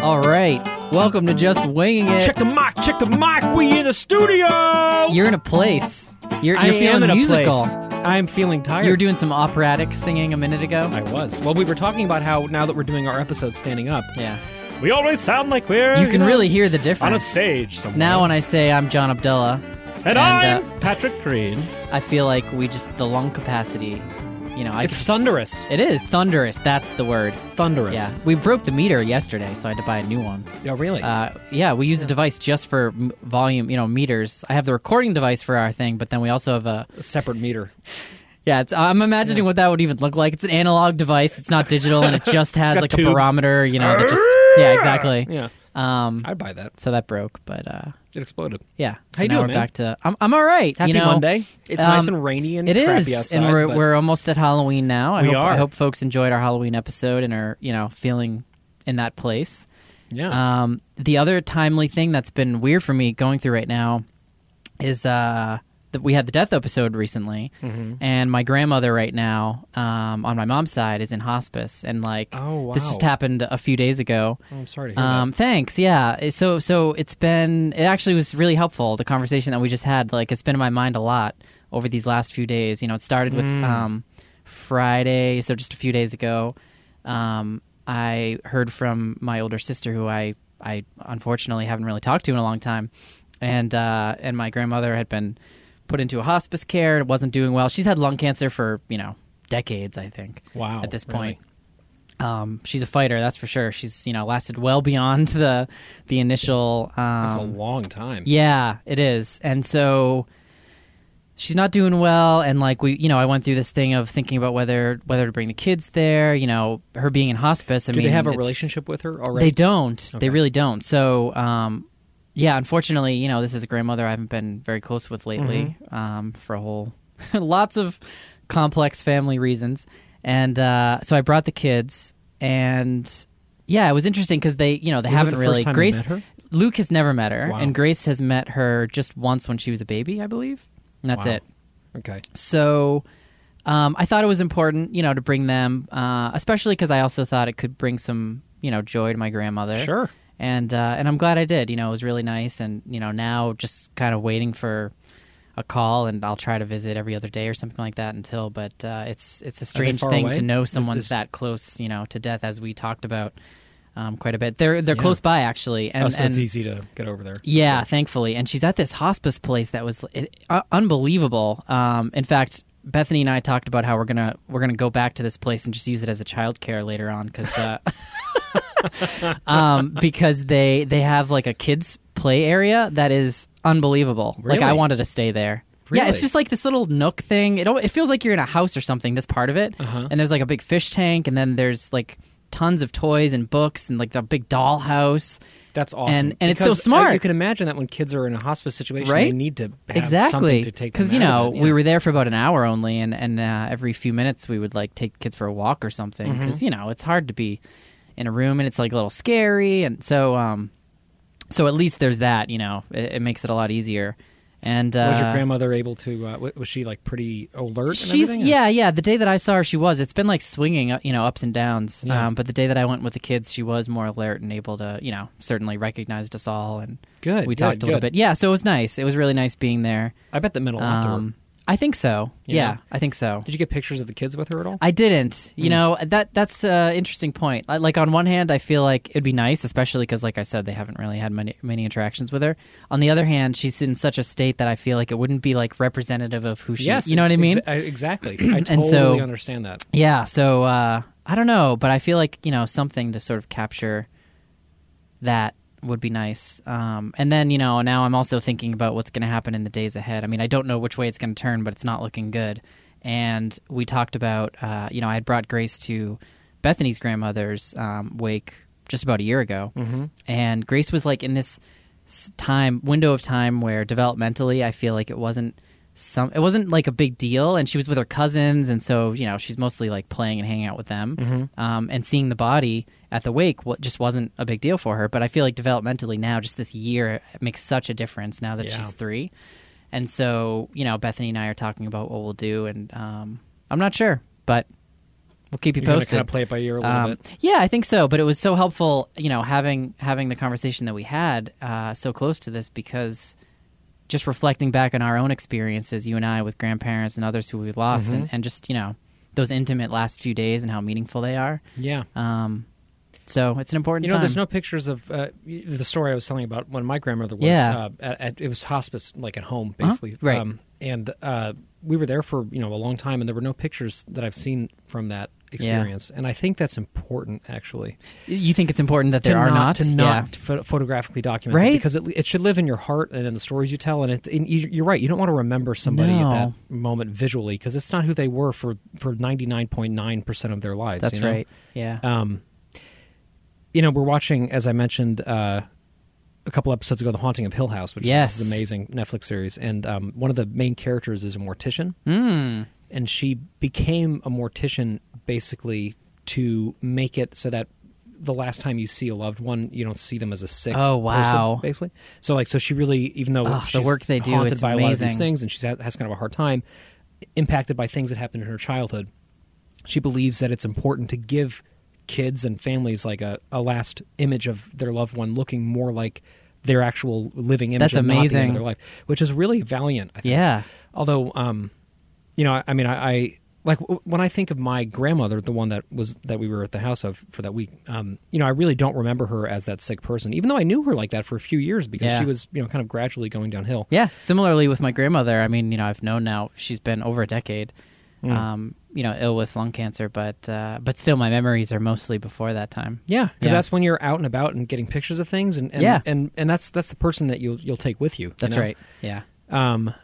All right. Welcome to Just Winging It. Check the mic, check the mic. We in the studio. You're in a place. You're, you're I feeling am in a musical. place. I'm feeling tired. You were doing some operatic singing a minute ago. I was. Well, we were talking about how now that we're doing our episodes standing up, Yeah. we always sound like we're You can know, really hear the difference. on a stage somewhere. Now when I say I'm John Abdullah, and, and, I'm uh, Patrick Green. I feel like we just the lung capacity, you know, I It's could just- thunderous, It is thunderous. That's the word. thunderous. Yeah. We broke the meter yesterday, so I had to buy a new one. Yeah, really. Uh, yeah, we use a device just for m- volume, you know, meters. I have the recording device for our thing, but then we also have a A separate meter. Yeah, it's, I'm imagining what that would even look like. It's an analog device. It's not digital, and it just has got like tubes. a barometer. You know, that just yeah, exactly. Yeah, Um, I'd buy that. so that broke, but uh, It exploded. yeah. So How you now doing, we're man? back to I'm I'm all right. Happy you know, Monday. It's nice um, and rainy and It crappy is, outside. and we're but we're almost at Halloween now. I We hope are. I hope folks enjoyed our Halloween episode and are you know feeling in that place. yeah. Um, the other timely thing that's been weird for me going through right now is uh, that we had the death episode recently, Mm-hmm. and my grandmother right now um, on my mom's side is in hospice, and like Oh, this wow. just happened a few days ago. Oh, I'm sorry to hear Um, thanks. Yeah. So so it's been it actually was really helpful the conversation that we just had. Like it's been in my mind a lot over these last few days. You know, it started with Mm. um, Friday, so just a few days ago. Um, I heard from my older sister, who I I unfortunately haven't really talked to in a long time, and uh, and my grandmother had been put into a hospice care and wasn't doing well. She's had lung cancer for you know decades, I think. that. Wow. at this Oh, really. point. Um, she's a fighter, that's for sure. She's you know lasted well beyond the the initial. Um, that's a long time. yeah, it is, and so she's not doing well. And like we, you know, I went through this thing of thinking about whether whether to bring the kids there. You know, her being in hospice. I Do mean, they have a it's- relationship with her They already? don't. Okay. They really don't. So, um, yeah, unfortunately, you know, this is a grandmother I haven't been very close with lately Mm-hmm. um, for a whole lots of complex family reasons. And uh, so I brought the kids, and yeah, it was interesting because they, you know, they Was it haven't the first really. time you Grace, met her? Luke has never met her, Wow. and Grace has met her just once when she was a baby, I believe. And that's Wow. it. okay. So um, I thought it was important, you know, to bring them, uh, especially because I also thought it could bring some, you know, joy to my grandmother. Sure. And uh, and I'm glad I did. You know, it was really nice. And you know, now just kind of waiting for a call, and I'll try to visit every other day or something like that until. But uh, it's it's a strange far thing away? to know Is someone's this- that close, you know, to death, as we talked about um, quite a bit. They're they're close by actually, and oh, so and it's easy to get over there. yeah, thankfully. And she's at this hospice place that was it, uh, unbelievable. Um, in fact, Bethany and I talked about how we're gonna we're gonna go back to this place and just use it as a childcare later on because uh, um, because they they have like a kids play area that is unbelievable. Like I Really? wanted to stay there. Yeah, Really? it's just like this little nook thing. It al- it feels like you're in a house or something. This part of it, Uh-huh. and there's like a big fish tank, and then there's like tons of toys and books and like the big dollhouse. That's awesome. And- and it's so Because, uh, smart. You can imagine that when kids are in a hospice situation, they Right? need to have exactly something to take because because you know we were there for about an hour only and and uh, every few minutes we would like take kids for a walk or something Mm-hmm. because you know it's hard to be in a room and it's like a little scary and so um so at least there's that you know it, it makes it a lot easier and uh, Was your grandmother able to? Uh, wa- was she like pretty alert? and She's everything, or- yeah, yeah. The day that I saw her, she was. It's been like swinging, uh, you know, ups and downs. Yeah. Um, but the day that I went with the kids, she was more alert and able to, you know, certainly recognized us all and Good, We good, talked a little good. bit, yeah. So it was nice. It was really nice being there. I bet that meant a lot to her. Um, I think so. You yeah, know? I think so. Did you Hmm. get pictures of the kids with her at all? I didn't. You know that that's an interesting point. I- Like on one hand, I feel like it'd be nice, especially because, like I said, they haven't really had many many interactions with her. On the other hand, she's in such a state that I feel like it wouldn't be like representative of who she. yes, you know what I ex- mean? ex- I- uh, exactly. I totally And so- understand that. yeah. So uh, I don't know, but I feel like you know something to sort of capture that would be nice. Um, and then you know now I'm also thinking about what's going to happen in the days ahead. I mean, I don't know which way it's going to turn, but it's not looking good. And we talked about uh, you know I had brought Grace to Bethany's grandmother's um, wake just about a year ago, mm-hmm. and Grace was like in this s- time window of time where developmentally I feel like it wasn't some it wasn't like a big deal and she was with her cousins and so you know she's mostly like playing and hanging out with them Mm-hmm. um, and seeing the body at the wake what just wasn't a big deal for her but i feel like developmentally now just this year makes such a difference now that Yeah. she's three and so you know bethany and i are talking about what we'll do and um, i'm not sure but We'll keep you You're going to posted. kind of play it by ear a little Um, bit. Yeah, I think so. But it was so helpful, you know, having having the conversation that we had uh, so close to this because just reflecting back on our own experiences, you and I with grandparents and others who we lost, Mm-hmm. and, and just you know those intimate last few days and how meaningful they are. Yeah. Um, so it's an important. You know, time. there's no pictures of uh, y- the story I was telling about when my grandmother was. Yeah. Uh, at, at, it was hospice, like at home, Uh-huh. basically. Right. and uh, we were there for you know a long time, and there were no pictures that I've seen from that experience. And I think that's important, actually. You think it's important that there to are not, to Yeah. not pho- photographically document it, Right? because it, it should live in your heart and in the stories you tell. And, it, and you- you're right; you don't want to remember somebody at that No. moment visually because it's not who they were for for 99.9 percent of their lives. That's you know? right. Yeah. Um, you know, we're watching, as I mentioned uh, a couple episodes ago, The Haunting of Hill House, which Yes. is this amazing Netflix series. And um, one of the main characters is a mortician, Mm. and she became a mortician basically to make it so that the last time you see a loved one, you don't see them as a sick. Oh, person, wow. basically, so like, so she really, even though Ugh, the she's work they do, haunted it's by a lot of these amazing. things, and she has kind of a hard time, impacted by things that happened in her childhood she believes that it's important to give kids and families like a, a last image of their loved one looking more like their actual living image That's and not the end amazing. of their life which is really valiant i think Yeah. although um you know i, I mean I, I like w- when i think of my grandmother the one that was that we were at the house of for that week um you know i really don't remember her as that sick person even though i knew her like that for a few years because Yeah. she was you know kind of gradually going downhill Yeah. Similarly with my grandmother, I mean, you know, I've known now she's been over a decade, Mm. um, you know, ill with lung cancer, but uh, but still, my memories are mostly before that time. Yeah, Yeah. because that's when you're out and about and getting pictures of things, and and, Yeah. and and that's that's the person that you'll you'll take with you. you That's know? right. Yeah. Um,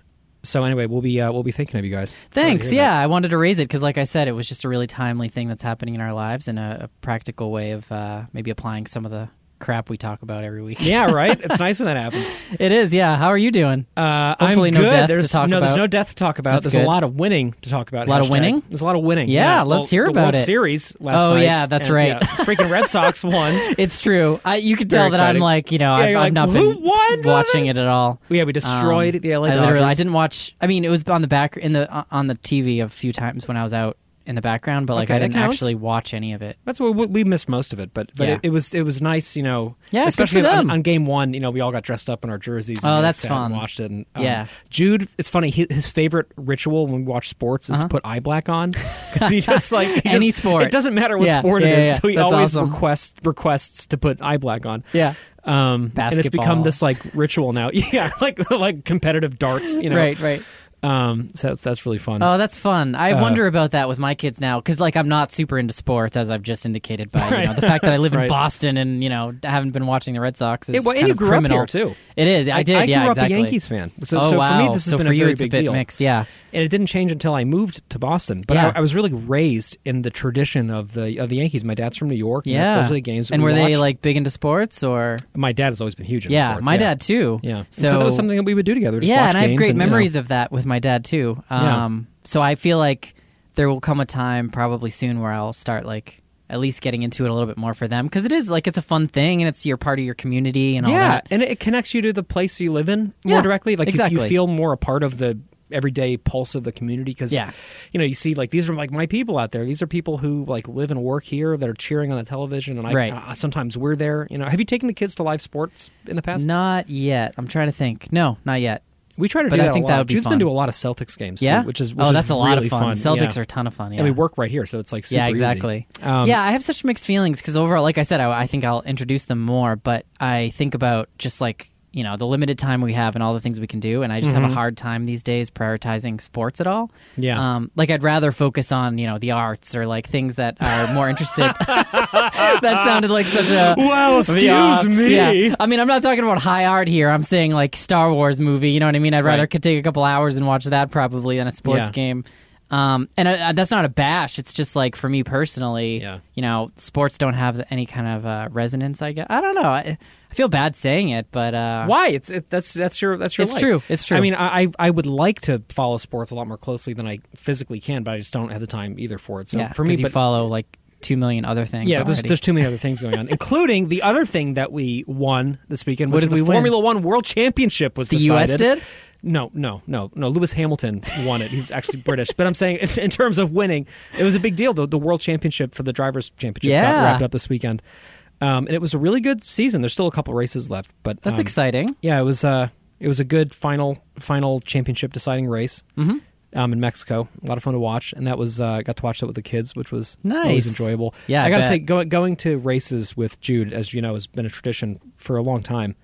so anyway, we'll be uh, we'll be thinking of you guys. Sorry to Thanks. hear Yeah, that. I wanted to raise it because, like I said, it was just a really timely thing that's happening in our lives and a, a practical way of uh, maybe applying some of the crap we talk about every week. yeah, right. It's nice when that happens. it is. Yeah. How are you doing? Uh, Hopefully I'm no good. death to there's talk no, there's about. no death to talk about. That's there's good. a lot of winning to talk about. A lot of hashtag. winning? There's a lot of winning. Yeah, let's hear the about World it. Series last Oh, night. yeah, that's and, right. yeah, freaking Red Sox won. It's true. I, you could Very tell that I'm exciting. like, you know, Yeah, I've, you're I've like, not "Who been won?" watching it at all. Yeah, we destroyed Um, the LA I literally, I Dodgers. didn't watch. I mean, it was on the back in the uh, on the TV a few times when I was out in the background, but like Okay, I that didn't counts. actually watch any of it. That's what we- we missed most of it, but but Yeah. it, it was it was nice, you know. Yeah, good especially for on, them. on game one, you know, we all got dressed up in our jerseys. And Oh, we that's sat fun. and watched it. And, um, Yeah. Jude. It's funny. His, his favorite ritual when we watch sports is to put eye black on because he just like he Uh-huh. Any just- sport. It doesn't matter what Yeah, sport yeah, it is, yeah, so he that's always awesome. requests requests to put eye black on. Yeah. Um, and it's Basketball. become this like ritual now. Yeah, like like competitive darts. You know, Right. Right. Um, so that's, that's really fun. Oh, that's fun. Uh, I wonder about that with my kids now because, like, I'm not super into sports, as I've just indicated by you know, the fact that I live in Right. Boston and you know haven't been watching the Red Sox is Yeah, well, and kind you of grew up criminal here, too. It is. I, did. I, yeah, grew up exactly. a Yankees fan, so, oh so wow! for me this has so been for a you, very it's big a bit deal. mixed. Yeah. and it didn't change until I moved to Boston. But Yeah. I, I was really raised in the tradition of the of the Yankees. My dad's from New York. and Yeah. those are the games. that and we were they watched. like big into sports or? My dad has always been huge. Into yeah, sports, my dad too. Yeah, And So, so, that was something that we would do together. just yeah, watch and I have games great and, you know, memories of that with my dad too. Yeah. Um, so I feel like there will come a time probably soon where I'll start like at least getting into it a little bit more for them because it is like it's a fun thing and it's you're part of your community and all yeah, that. and it connects you to the place you live in more Yeah, directly. Like if you exactly. feel more a part of the everyday pulse of the community because Yeah. you know you see like these are like my people out there these are people who like live and work here that are cheering on the television and i Right. uh, sometimes we're there you know have you taken the kids to live sports in the past Not yet. I'm trying to think. No, not yet. We try to But do I that think a that lot. would be Jude's fun. been to a lot of Celtics games, Yeah. too, which is which oh, that's is a lot really of fun. Celtics yeah. are a ton of fun. Yeah. and we work right here, so it's like super yeah, easy. exactly. Um, yeah, I have such mixed feelings because overall, like I said, I, I think I'll introduce them more, but I think about just like you know the limited time we have and all the things we can do, and I just have a hard time these days prioritizing sports at all. Mm-hmm. Yeah. um, like I'd rather focus on you know the arts or like things that are more interested. that sounded like such a Well, the arts, yeah. I mean, I'm not talking about high art here. I'm saying like Star Wars movie. You know what I mean? I'd rather Right. could take a couple hours and watch that probably than a sports Yeah. game. Um, and I, I- that's not a bash. It's just like for me personally, Yeah. you know, sports don't have any kind of uh, resonance. I guess I don't know. I, I feel bad saying it, but uh, Why? It's it, that's that's your that's your. It's life. true. It's true. I mean, I I I would like to follow sports a lot more closely than I physically can, but I just don't have the time either for it. So yeah, for me, 'cause you but follow like two million other things. yeah, there's, already. there's too many other things going on, including the other thing that we won this weekend, What did which is we the win? Formula One World Championship was The US decided. did? No, no, no, no. Lewis Hamilton won it. He's actually British, but I'm saying in terms of winning, it was a big deal. The, the World Championship for the Drivers' Championship Yeah. got wrapped up this weekend, um, and it was a really good season. There's still a couple races left, but That's um, exciting. Yeah, it was. Uh, it was a good final final championship deciding race Mm-hmm. um, in Mexico. A lot of fun to watch, and that was uh, got to watch that with the kids, which was Nice. always enjoyable. Yeah, I I, gotta bet. say, going going to races with Jude, as you know, has been a tradition for a long time,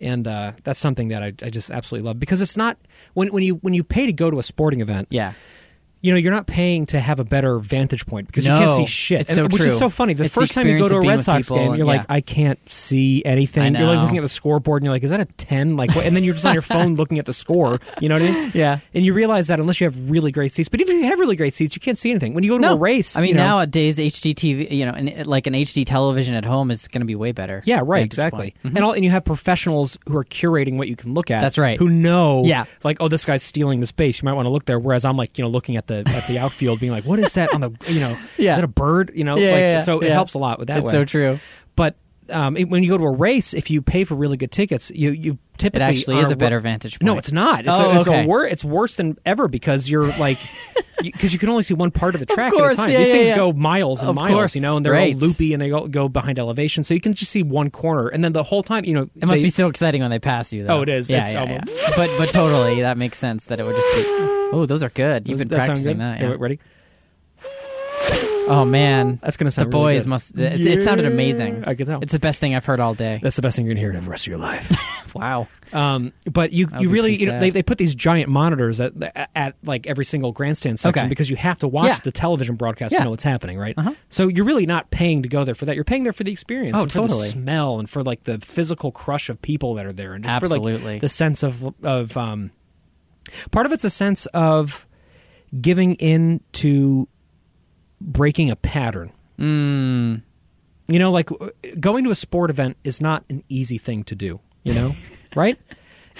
and uh, that's something that I, I just absolutely love because it's not when when you when you pay to go to a sporting event, Yeah. you know, you're not paying to have a better vantage point because No, you can't see shit. it's so which true. is so funny. The It's the first time you go experience to of a being Red with Sox people, game, you're yeah. like, I can't see anything. I You're like know. looking at the scoreboard and you're like, is that a ten? Like, what? and then you're just on your phone looking at the score. You know what I mean? Yeah. And you realize that unless you have really great seats, but even if you have really great seats, you can't see anything when you go to No a race. I mean, you know- nowadays HDTV, you know, and like an HD television at home is going to be way better. Yeah, right, vantage exactly. point. Mm-hmm. And all and you have professionals who are curating what you can look at. That's right. Who know Yeah. like, oh, this guy's stealing the space. You might want to look there. Whereas I'm like, you know, looking at the at the outfield being like, What is that on the you know, Yeah. is that a bird? You know, Yeah, like yeah, yeah, so it yeah. helps a lot with that It's way. so true. But um, it- when you go to a race, if you pay for really good tickets, you you It typically actually on is a ro- better vantage point. No, it's not. It's, Oh, a, it's okay. a wor- It's worse than ever because you're like, because you can only see one part of the track course, at a time. yeah, These yeah, things yeah. go miles and Of miles, course, you know, and they're right. all loopy and they all go behind elevation, so you can just see one corner, and then the whole time, you know, It must they- be so exciting when they pass you. though. Oh, it is. Yeah, It's yeah, almost- yeah. but but totally, that makes sense. That it would just be. Oh, those are good. You've been Does that sound practicing good? that. Hey, yeah. wait, ready? Oh man, That's gonna the sound really boys good. must. It, it sounded amazing. I can tell. It's the best thing I've heard all day. That's the best thing you're gonna hear the rest of your life. Wow. Um, but you, That you would be really pretty you know, they, sad. they put these giant monitors at, at like every single grandstand section Okay. because you have to watch Yeah. the television broadcast Yeah. to know what's happening, right? Uh-huh. So you're really not paying to go there for that. You're paying there for the experience, Oh, and for totally. the smell, and for like the physical crush of people that are there, and just for Absolutely. like the sense of of um, part of it's a sense of giving in to breaking a pattern. Mm, You know, like w- going to a sport event is not an easy thing to do. You know, right?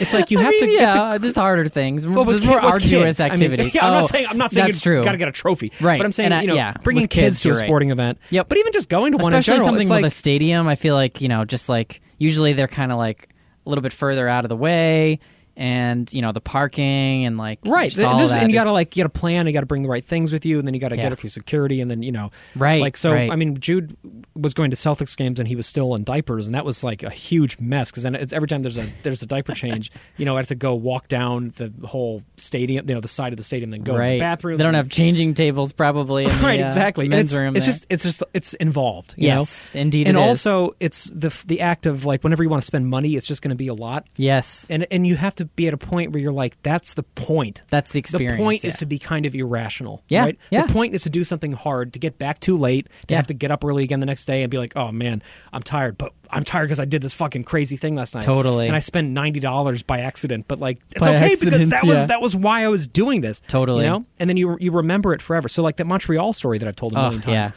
It's like you have, I to, mean, you have to yeah, there's harder things. well, with there's more ki- with arduous kids. I mean, activities. yeah, I'm Oh, not saying I'm not saying that's you true. got to get a trophy, Right, But I'm saying and I- you know, yeah, bringing with kids, kids, to a you're right. sporting event, Yep. But even just going to one especially in general, something it's like with a stadium. I feel like you know, just like usually they're kind of like a little bit further out of the way, and you know the parking and like right, just th- all there's- that and you is- got to like you got to plan, you got to bring the right things with you, and then you got to Yeah. get it through security, and then you know, Right, Like so, right. I mean, Jude was going to Celtics games and he was still in diapers, and that was like a huge mess because then it's every time there's a there's a diaper change, you know, I have to go walk down the whole stadium, you know, the side of the stadium, then go to right the bathroom. They don't have changing tables probably. In the, right uh, exactly And men's it's, room. it's there. just it's just it's involved you Yes, know indeed and it is. also it's the the act of like whenever you want to spend money it's just going to be a lot yes, and and you have to be at a point where you're like that's the point that's the experience. the point yeah. is to be kind of irrational Yeah, right yeah. the point is to do something hard to get back too late to Yeah. have to get up early again the next day and be like oh man i'm tired but i'm tired because i did this fucking crazy thing last night Totally. and i spent $90 by accident but like it's By okay because accident, that was yeah. that was why i was doing this Totally. you know and then you you remember it forever so like that montreal story that i've told a Oh, million times yeah.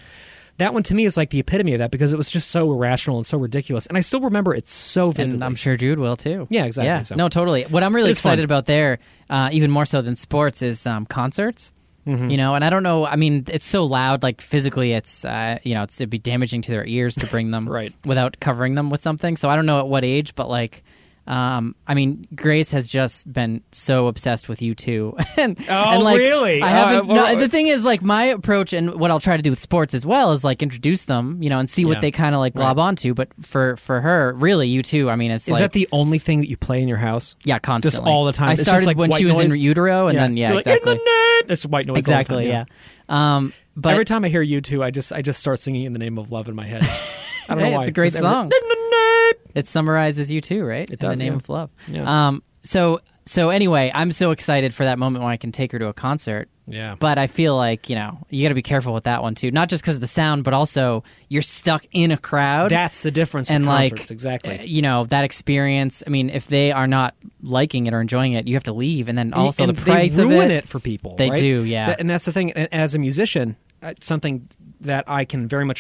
that one to me is like the epitome of that because it was just so irrational and so ridiculous and i still remember it so vividly and I'm sure Jude will too. Yeah, exactly, Yeah. so- No, totally. What I'm really It is fun. excited about there, uh, even more so than sports, is um, concerts. Mm-hmm. You know, and I don't know. I mean, it's so loud. Like physically, it's uh, you know, it's, it'd be damaging to their ears to bring them Right. without covering them with something. So I don't know at what age, but like. Um, I mean, Grace has just been so obsessed with you two, and, and like really? I Uh, haven't. well, no, the thing is, like, my approach and what I'll try to do with sports as well is like introduce them, you know, and see what Yeah. they kind of like glob onto. But for for her, really, you two. I mean, it's is like that the only thing that you play in your house yeah, constantly, all the time. I It's just started like when white she was noise. in utero, Oh, and then yeah, You're like, "In exactly, the name- That's white noise. all the time, exactly, yeah. Um, but Every time I hear you two, I just I just start singing in the name of love in my head. I don't Hey, know why. it's a great 'cause every- song. it summarizes you too, right? It does, In the name yeah. of love. Yeah. Um. So so anyway, I'm so excited for that moment when I can take her to a concert. Yeah. But I feel like you know you got to be careful with that one too, not just because of the sound, but also you're stuck in a crowd. That's the difference and with like concerts, exactly. uh, you know that experience i mean if they are not liking it or enjoying it you have to leave and then also and the price they of ruin it, it, for people. They right? do, yeah. That- and that's the thing. And as a musician, uh, something that I can very much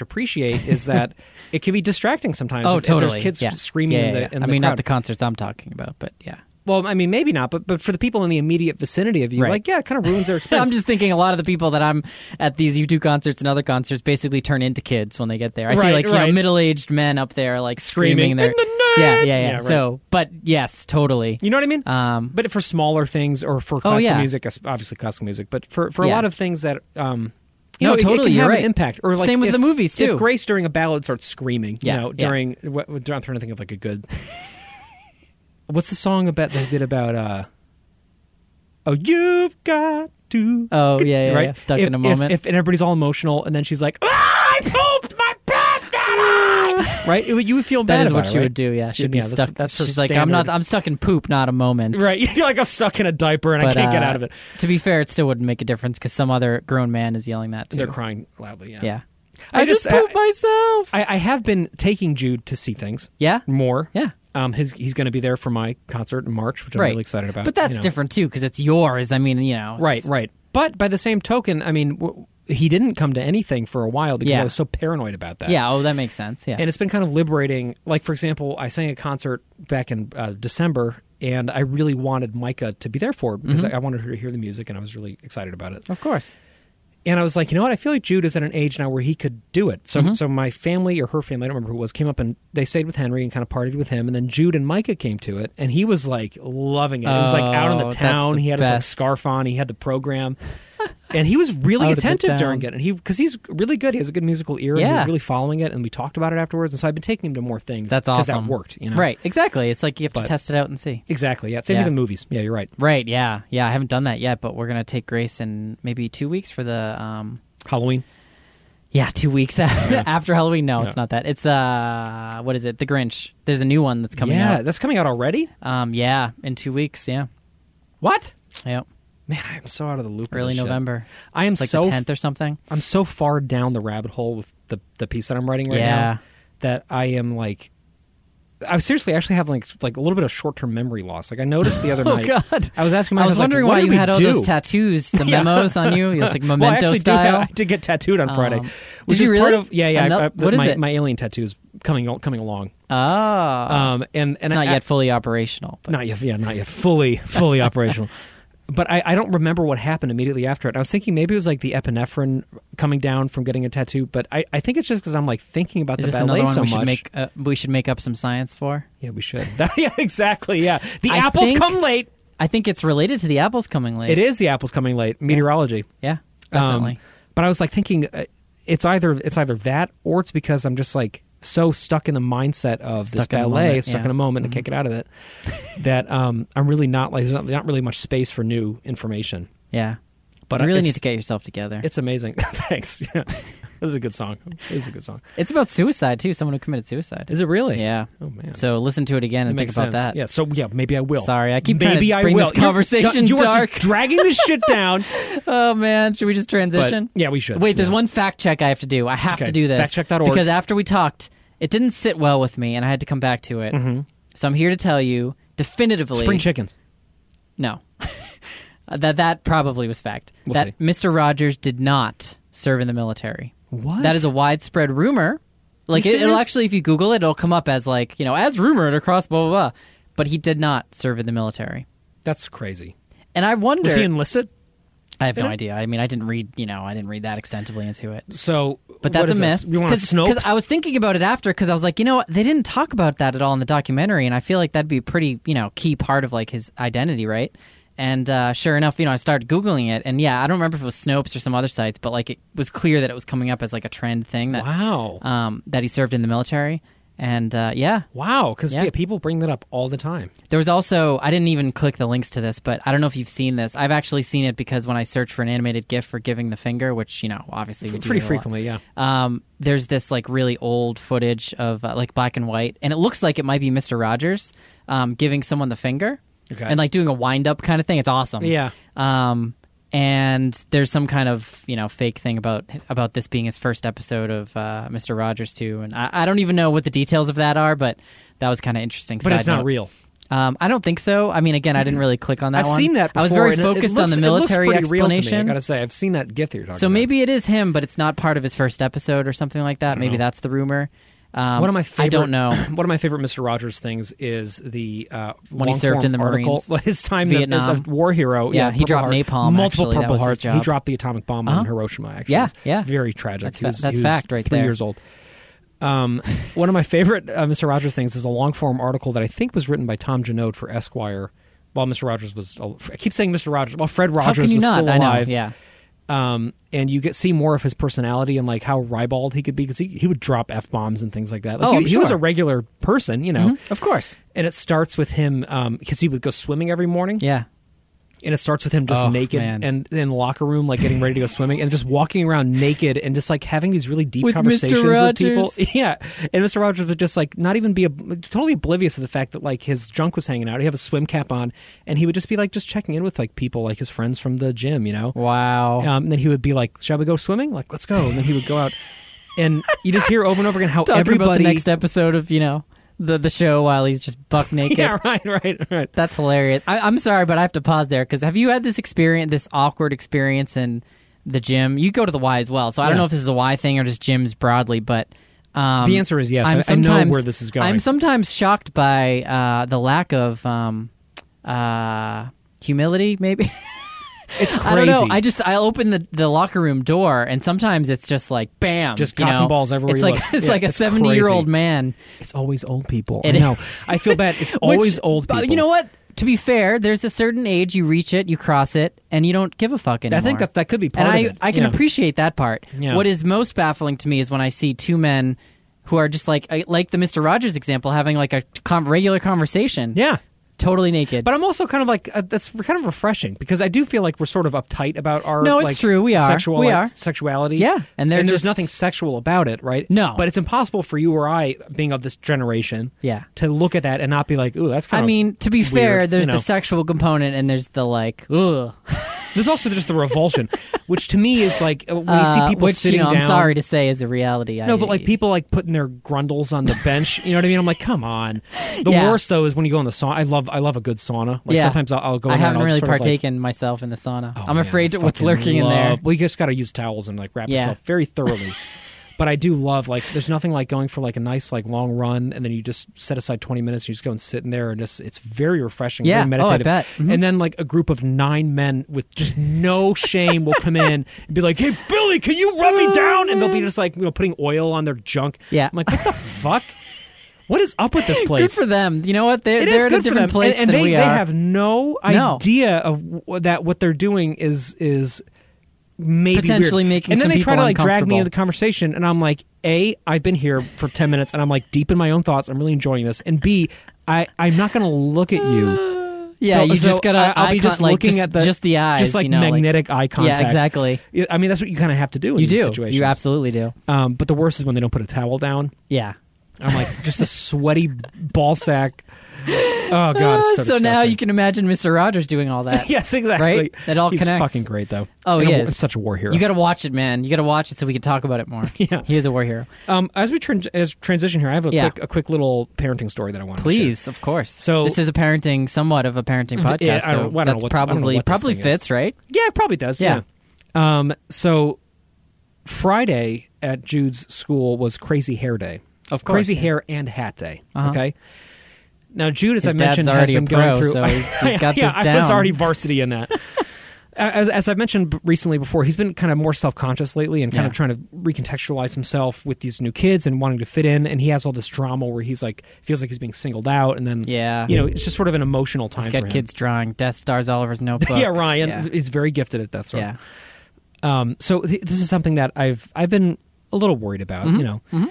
appreciate is that it can be distracting sometimes. oh if, if totally there's kids yeah. screaming Yeah, in yeah, the. yeah. In i the mean crowd. not the concerts i'm talking about but yeah Well, I mean, maybe not, but but for the people in the immediate vicinity of you, Right. like, yeah, it kind of ruins their expense. I'm just thinking a lot of the people that I'm at these U2 concerts and other concerts basically turn into kids when they get there. I see Right, like you know right. middle-aged men up there like screaming, Screaming, their "In the yeah, yeah, name!" yeah. Yeah, right. So, but yes, totally. You know what I mean? Um, Oh, but for smaller things or for classical yeah. music, es- obviously classical music, but for, for a Yeah. lot of things that, um, you No, know, it- it, totally, can you're have right. an impact. Or like Same with if- the movies, too. If Grace during a ballad starts screaming, Yeah, you know, yeah. during what, what- I'm trying to think of like a good. what's the song about they did about? uh Oh, you've got to. Oh, yeah, yeah, right. yeah. Stuck If- in a if- moment. If, and everybody's all emotional, and then she's like, "Ah, I pooped my pants that I-" Right? It would- you would feel bad. That is about what it, she right? would do. Yeah, she'd Yeah, be that's- stuck. that's her She's like, I'm not. standard. I'm stuck in poop, not a moment. Right. You're like, I'm stuck in a diaper and I But, can't get uh, out of it. To be fair, it still wouldn't make a difference because some other grown man is yelling that too. They're crying loudly. Yeah. Yeah. I just- pooped myself. I, I have been taking Jude to see things yeah. more. Yeah. Um, his, he's going to be there for my concert in March, which I'm Right. really excited about. But that's you know. different too because it's yours. I mean, you know. it's- Right, right. But by the same token, I mean, w- he didn't come to anything for a while because Yeah. I was so paranoid about that. Yeah. Oh, that makes sense. Yeah. And it's been kind of liberating. Like, for example, I sang a concert back in uh, December, and I really wanted Micah to be there for it because Mm-hmm. I, I wanted her to hear the music, and I was really excited about it. of course. And I was like, you know what? I feel like Jude is at an age now where he could do it. Mm-hmm. So, so my family or her family, I don't remember who it was, came up and they stayed with Henry and kind of partied with him. And then Jude and Micah came to it, and he was like loving it. It was like out in Oh, the that's town. the he had his like, best. scarf on. He had the program, and he was really Out in the attentive during town. it. And he because he's really good. He has a good musical ear. And he Yeah. was really following it. And we talked about it afterwards. And so I've been taking him to more things. That's because awesome. That worked. You know. Right. Exactly. It's like you have to But- test it out and see. Exactly. Yeah. Same Yeah. thing with movies. Yeah. You're right. Right. Yeah. Yeah. I haven't done that yet, but we're gonna take Grace in maybe two weeks for the um, Halloween. Yeah, two weeks after Halloween. No, it's Yeah. not that. It's uh, what is it? The Grinch. There's a new one that's coming yeah. out. That's coming out already. Um, yeah, in two weeks. Yeah, What? yep. Man, I'm so out of the loop. of Early this shit. November. I am It's like so the tenth or something. I'm so far down the rabbit hole with the the piece that I'm writing right Yeah. now that I am like I seriously actually have like like a little bit of short term memory loss. Like I noticed the other Oh night. God. I was asking my I was husband, like, wondering what why did you we had all do? those tattoos, the memos on you. It's like Well, I memento actually do have- style. I did get tattooed on Friday. Um, which did you is part really? of- yeah, yeah. I- Ano- I- what is my, it? my alien tattoo is coming al- coming along. Oh, Um, and it's and not I, yet fully operational. But Not yet, yeah, not yet. Fully, fully operational. But I, I don't remember what happened immediately after it. I was thinking maybe it was like the epinephrine coming down from getting a tattoo, but I, I think it's just because I'm like thinking about is the this ballet another one so we much. should make? Uh, we should make up some science for. yeah, we should. yeah, exactly. Yeah, the I apples think- come late. I think it's related to the apples coming late. It is the apples coming late. Meteorology, Yeah, Um, definitely. but I was like thinking uh, it's either it's either that or it's because I'm just like so stuck in the mindset of this Stuck in a ballet, moment, stuck yeah. Mm-hmm. in a moment, and I can't get out of it. that um, I'm really not like there's not, not really much space for new information. yeah, But you really it's- need to get yourself together. It's amazing. Thanks. Yeah. This is a good song. This is a good song. It's about suicide too. Someone who committed suicide. Is it really? Yeah. Oh man. So listen to it again That and think makes about sense. that. Yeah. So yeah, maybe I will. Sorry, I keep trying maybe to I bring will. this conversation You're, you are dark. just dragging this shit down. Oh man, should we just but- transition? yeah, we should. Wait, there's Yeah. one fact check I have to do. I have Okay, to do this. factcheck.org. Because after we talked, it didn't sit well with me, and I had to come back to it. So I'm here to tell you definitively. Mm-hmm. Spring chickens. No, that that probably was fact. We'll that see. Mr. Rogers did not serve in the military. What? That is a widespread rumor. Like You it, it'll serious? actually, if you Google it, it'll come up as like you know as rumored across blah blah blah. But he did not serve in the military, That's crazy. and I wonder. Was he enlisted? I have no in it? idea. I mean, I didn't read you know I didn't read that extensively into it. So, But that's what is a this? myth. We want to Snopes. I was thinking about it after because I was like, you know what? They didn't talk about that at all in the documentary, and I feel like that'd be a pretty, you know, key part of like his identity, right? And uh, sure enough, you know, I started googling it, and yeah, I don't remember if it was Snopes or some other sites, but like it was clear that it was coming up as like a trend thing that wow. um, that he served in the military, and uh, yeah, wow. Because yeah. yeah. people bring that up all the time. there was also I didn't even click the links to this, but I don't know if you've seen this. I've actually seen it because when I search for an animated GIF for giving the finger, which you know obviously we do Pretty that a lot. frequently, yeah. Um, there's this like really old footage of uh, like black and white, and it looks like it might be Mister Rogers um, giving someone the finger, Okay. and like doing a wind up kind of thing. It's awesome. Yeah. Um, and there's some kind of you know fake thing about about this being his first episode of uh, Mister Rogers too, and I, I don't even know what the details of that are, but that was kind of interesting. But side it's not note. real. Um, I don't think so. I mean, again, I didn't really click on that I've one. seen that. Before, I was very and it- it focused looks- on the it looks military pretty real to me, explanation. I gotta say, I've seen that GIF that you're talking So about. maybe it is him, but it's not part of his first episode or something like that. Maybe that's the rumor. Um, one of my favorite, I don't know. One of my favorite Mister Rogers things is the uh, When he served long-form in the article. Marines. His time as a Vietnam. war hero. Yeah, he Purple dropped Heart. napalm, multiple actually. That Purple was his Hearts. He job. dropped the atomic bomb Uh-huh. on Hiroshima. Actually, Yeah, It's yeah. very tragic. That's He fa- was- that's he was fact right three there. years old. Um, one of my favorite uh, Mister Rogers things is a long form article that I think was written by Tom Janode for Esquire. While Mister Rogers was, al- I keep saying Mister Rogers. While Fred How Rogers can you was not? still I know. alive, Yeah. um, and you get see more of his personality and like how ribald he could be because he, he would drop f bombs and things like that. Like, Oh, he, I'm he was a sure. Mm-hmm. regular person, you know. Of course. And it starts with him because he would go swimming every morning, Yeah. and it starts with him just Oh, naked man. and in the locker room, like getting ready to go swimming, and just walking around naked and just like having these really deep With Mr. conversations with people. Rogers. Yeah, and Mister Rogers would just like not even be ob- totally oblivious of the fact that like his junk was hanging out. He have a swim cap on, and he would just be like just checking in with like people, like his friends from the gym, you know. Wow. Um, and then he would be like, "Shall we go swimming? Like, let's go." And then he would go out, and you just hear over and over again how Talking everybody. about the next episode of you know the the show while he's just buck naked. yeah, right, right, right. That's hilarious. I, I'm sorry, but I have to pause there because have you had this experience, this awkward experience in the gym? You go to the Y as well, so I don't Yeah. know if this is a Y thing or just gyms broadly, but um, The answer is yes. I- I know where this is going. I'm sometimes shocked by uh, the lack of um, uh, humility, maybe. It's crazy. I don't know. I just I open the, the locker room door and sometimes it's just like bam, Just you cotton know? balls everywhere It's you like look. it's Yeah, like a it's seventy year old crazy. man. it's always old people. It I is. know. I feel bad. It's Which- always old but people. You know what? To be fair, there's a certain age you reach it, you cross it, and you don't give a fuck anymore. I think that that could be part and I of it. I can Yeah. appreciate that part. Yeah. What is most baffling to me is when I see two men who are just like I- like the Mister Rogers example, having like a com- regular conversation. Yeah. totally naked. But I'm also kind of like uh, that's kind of refreshing because I do feel like we're sort of uptight about our No, it's like, true. We are. sexual We like, are. sexuality Yeah. And they're there's just- nothing sexual about it right No. but it's impossible for you or I being of this generation Yeah. to look at that and not be like ooh that's kind I of mean, to be fair, weird, there's you know. the sexual component and there's the like, ugh. There's also just the revulsion, which to me is like uh, when you Uh, see people which sitting you know, down. I'm sorry to say, is a reality. No, but like people like putting their grundles on the bench. You know what I mean? I'm like, come on. The Yeah. worst though is when you go in the sauna. I love, I love a good sauna. Like Yeah. sometimes I'll, I'll go. I in there and haven't I'll really sort of, like- partaken myself in the sauna. Oh, I'm man, afraid I what's fucking lurking in there. love- Well, you just got to use towels and like wrap Yeah. yourself very thoroughly. but I do love like there's nothing like going for like a nice like long run and then you just set aside 20 minutes and you just go and sit in there and just it's very refreshing, Yeah. very Oh, I meditative. bet. Mhm. And then like a group of nine men with just no shame will come in and be like, "Hey Billy, can you rub me down?" And they'll be just like you know putting oil on their junk. Yeah. I'm like, what the fuck? What is up with this place? Good for them. You know what? They're, It is they're at a good for different them. place and, and than we they, they are. have no, No. idea of w- that what they're doing is is maybe Potentially weird. making and then some they try to people like drag me uncomfortable. into the conversation and i'm like a i've been here for 10 minutes and i'm like deep in my own thoughts i'm really enjoying this and b i i'm not gonna look at you yeah, So- you so just gotta. I- i'll be icon- just like, looking just- at the just the eyes, just like you know, magnetic eye contact Yeah, exactly. Yeah, i mean that's what you kind of have to do in You these do. situations You absolutely do. um but the worst is when they don't put a towel down Yeah. i'm like just a sweaty ball sack oh god it's so, so now disgusting. you can imagine Mister Rogers doing all that. yes, exactly. Right? That all He's connects. fucking great, though. Oh, and he a- is. and such a war hero. You got to watch it, man. You got to watch it so we can talk about it more. Yeah. He is a war hero. um, as we tran- as transition here, I have a Yeah. quick a quick little parenting story that I want. Please, of course. So- this is a parenting, somewhat of a parenting podcast. Yeah, I so don't- I don't know that's what- I don't know probably what this probably thing is. fits, right? to share. Yeah, it probably does. Yeah. Yeah. Um. So Friday at Jude's school was Crazy Hair Day. Of course, Crazy yeah. Hair and Hat Day. Uh-huh. Okay. Now Jude, as His I dad's mentioned, has already a been pro, going through. so he's- he's got yeah, this I was down. already varsity in that. as, as I've mentioned b- recently before, he's been kind of more self conscious lately and kind Yeah. of trying to recontextualize himself with these new kids and wanting to fit in. And he has all this drama where he's like feels like he's being singled out, and then Yeah. you know, it's just sort of an emotional time He's for got him. kids drawing Death Stars all over his notebook. yeah, Ryan Yeah. is very gifted at that sort. Yeah. Um, so th- this is something that I've I've been a little worried about. Mm-hmm. You know,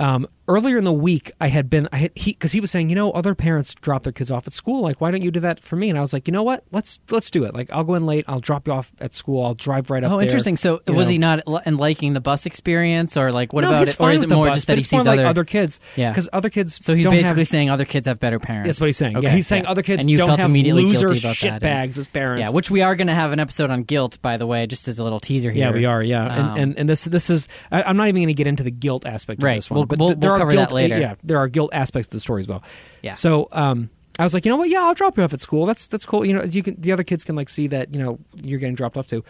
um, earlier in the week I had been I had, he because he was saying you know other parents drop their kids off at school like why don't you do that for me and I was like you know what let's let's do it like I'll go in late I'll drop you off at school I'll drive right up. Oh, there, interesting. So you was know. he not li- and liking the bus experience, or like what no, about he's it? fine or is with it the more bus, just but that he it's more sees like other? other kids? Yeah. because other kids. so he's don't basically have, saying other kids have better parents. That's what he's saying. yeah, Okay, he's saying yeah. other kids and you don't felt have immediately loser guilty about shit that, and- bags as parents. Yeah, which we are going to have an episode on guilt, by the way, just as a little teaser here. Yeah, we are. Yeah, Um, and, and and this this is I, I'm not even going to get into the guilt aspect Right. of this one, We'll- but we'll- th- there we'll are cover guilt, that later. Yeah, there are guilt aspects of the story as well. Yeah. So um, I was like, you know what? Yeah, I'll drop you off at school. That's that's cool. You know, you can the other kids can like see that you know you're getting dropped off too.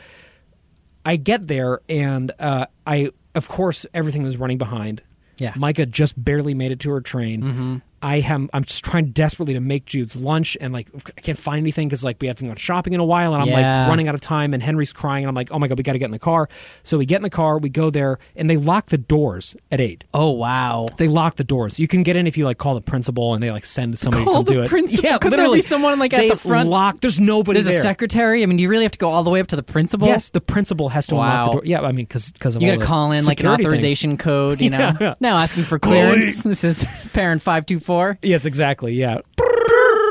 I get there and uh, I of course everything was running behind. Yeah. Mm-hmm. Micah just barely made it to her train. I am I'm just trying desperately to make Jude's lunch and like I can't find anything because like we haven't gone shopping in a while and I'm Yeah. like running out of time and Henry's crying and I'm like oh my god we got to get in the car so we get in the car we go there and they lock the doors at eight Oh wow. they lock the doors. You can get in if you like call the principal and they like send somebody Call to come the do it. principal? Yeah, Could there literally. be someone, like, at they the front? Lock. There's nobody There's there. a secretary. I mean, do you really have to go all the way up to the principal? Yes, the principal has to unlock Wow. the door. Yeah, I mean, because of You got all to the call in like an security things. authorization code, you know. Yeah, yeah. Now asking for Chloe. clearance. This is parent 524. Yes, exactly. Yeah.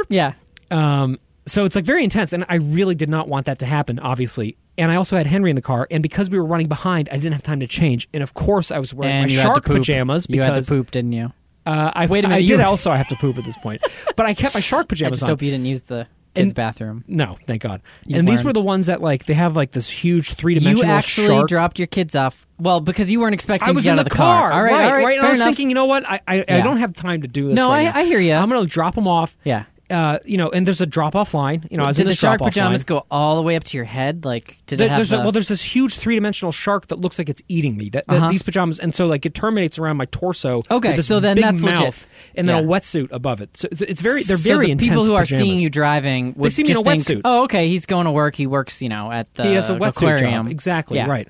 Yeah. Um, so it's like very intense, and I really did not want that to happen, obviously. And I also had Henry in the car, and because we were running behind, I didn't have time to change. And of course, I was wearing and my you had shark to poop. pajamas You had because to poop, didn't you? Uh, I Wait a minute, I you did were- also have to poop at this point, but I kept my shark I pajamas just on. hope you didn't use the kids' And- bathroom. No, thank God. You've and these learned. were the ones that like they have like this huge three You dimensional actually shark. dropped your kids off. Well, because you weren't expecting I was to get in out the, of the car. All right, right, all right. right. And fair I was enough. thinking, you know what? I I, I Yeah. don't have time to do this. No, right I- now. I hear ya. I'm gonna drop them off. Yeah. Uh, you know, and there's a drop off line. You know, I was did in the this shark drop-off pajamas line. go all the way up to your head? Like, did There- it have there's the, a- well, there's this huge three dimensional shark that looks like it's eating me. That, that Uh-huh. these pajamas, and so like it terminates around my torso. Okay, with this so then big that's legit. mouth, and then Yeah. a wetsuit above it. So it's- it's very they're so very the people intense who are pajamas. seeing you driving would see me in just a think, wetsuit. "Oh, okay, he's going to work. He works, you know, at the he has a wetsuit Uh, aquarium." job. Exactly Yeah. right.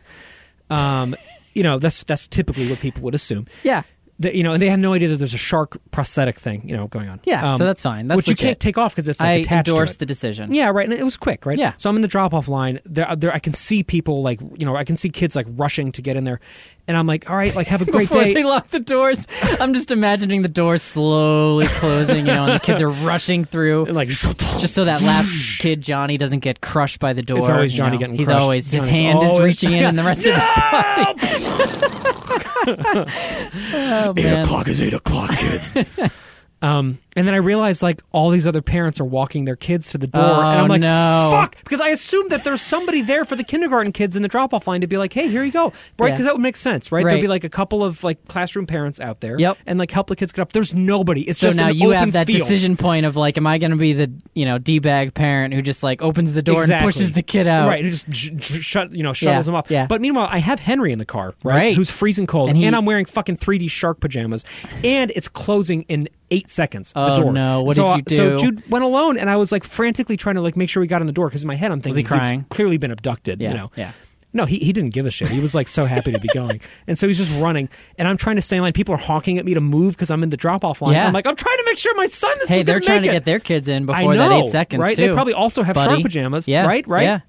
Um, you know that's that's typically what people would assume. Yeah. That you know, and they have no idea that there's a shark prosthetic thing you know going on. Um, Yeah, so that's fine. That's which legit. you can't take off because it's like I attached endorse to the it. decision. yeah, right. And it was quick, right? Yeah. So I'm in the drop off line. There, there, I can see people like you know, I can see kids like rushing to get in there, and I'm like, all right, like have a great Before day. they lock the doors, I'm just imagining the doors slowly closing, you know, and the kids are rushing through. and like Just so that last kid Johnny doesn't get crushed by the door. It's always you Johnny know. getting He's crushed. always his Johnny's hand is always- reaching in, and the rest of his body. oh man! is eight o'clock, kids. um, and then I realized like all these other parents are walking their kids to the door, Oh, and I'm like, no. fuck, because I assumed that there's somebody there for the kindergarten kids in the drop-off line to be like, hey, here you go, right? Yeah. Because that would make sense, right? Right. There'd be like a couple of like classroom parents out there, Yep. and like help the kids get up. There's nobody. It's So just now an you open have that field. decision point of like, am I going to be the you know d bag parent who just like opens the door Exactly. and pushes the kid out? Right, it just j- j- shut, you know, shuttles Yeah, him off. yeah. But meanwhile, I have Henry in the car, right? Right. Who's freezing cold, And and, he- I'm wearing fucking 3D shark pajamas, and it's closing in eight seconds. Oh, the door. no. What so, did I- you do? So Jude went alone, and I was like frantically trying to like make sure we got in the door because in my head I'm thinking he crying? he's clearly been abducted. Yeah, You know, yeah. No, he, he didn't give a shit. He was like so happy to be going. And so he's just running. And I'm trying to stay in line. People are honking at me to move because I'm in the drop off line. Yeah. I'm like, I'm trying to make sure my son is Hey, they're gonna trying make to it. get their kids in I before know, that eight seconds right? too, They probably also have buddy. shark pajamas, Yeah, right? Right? Yeah.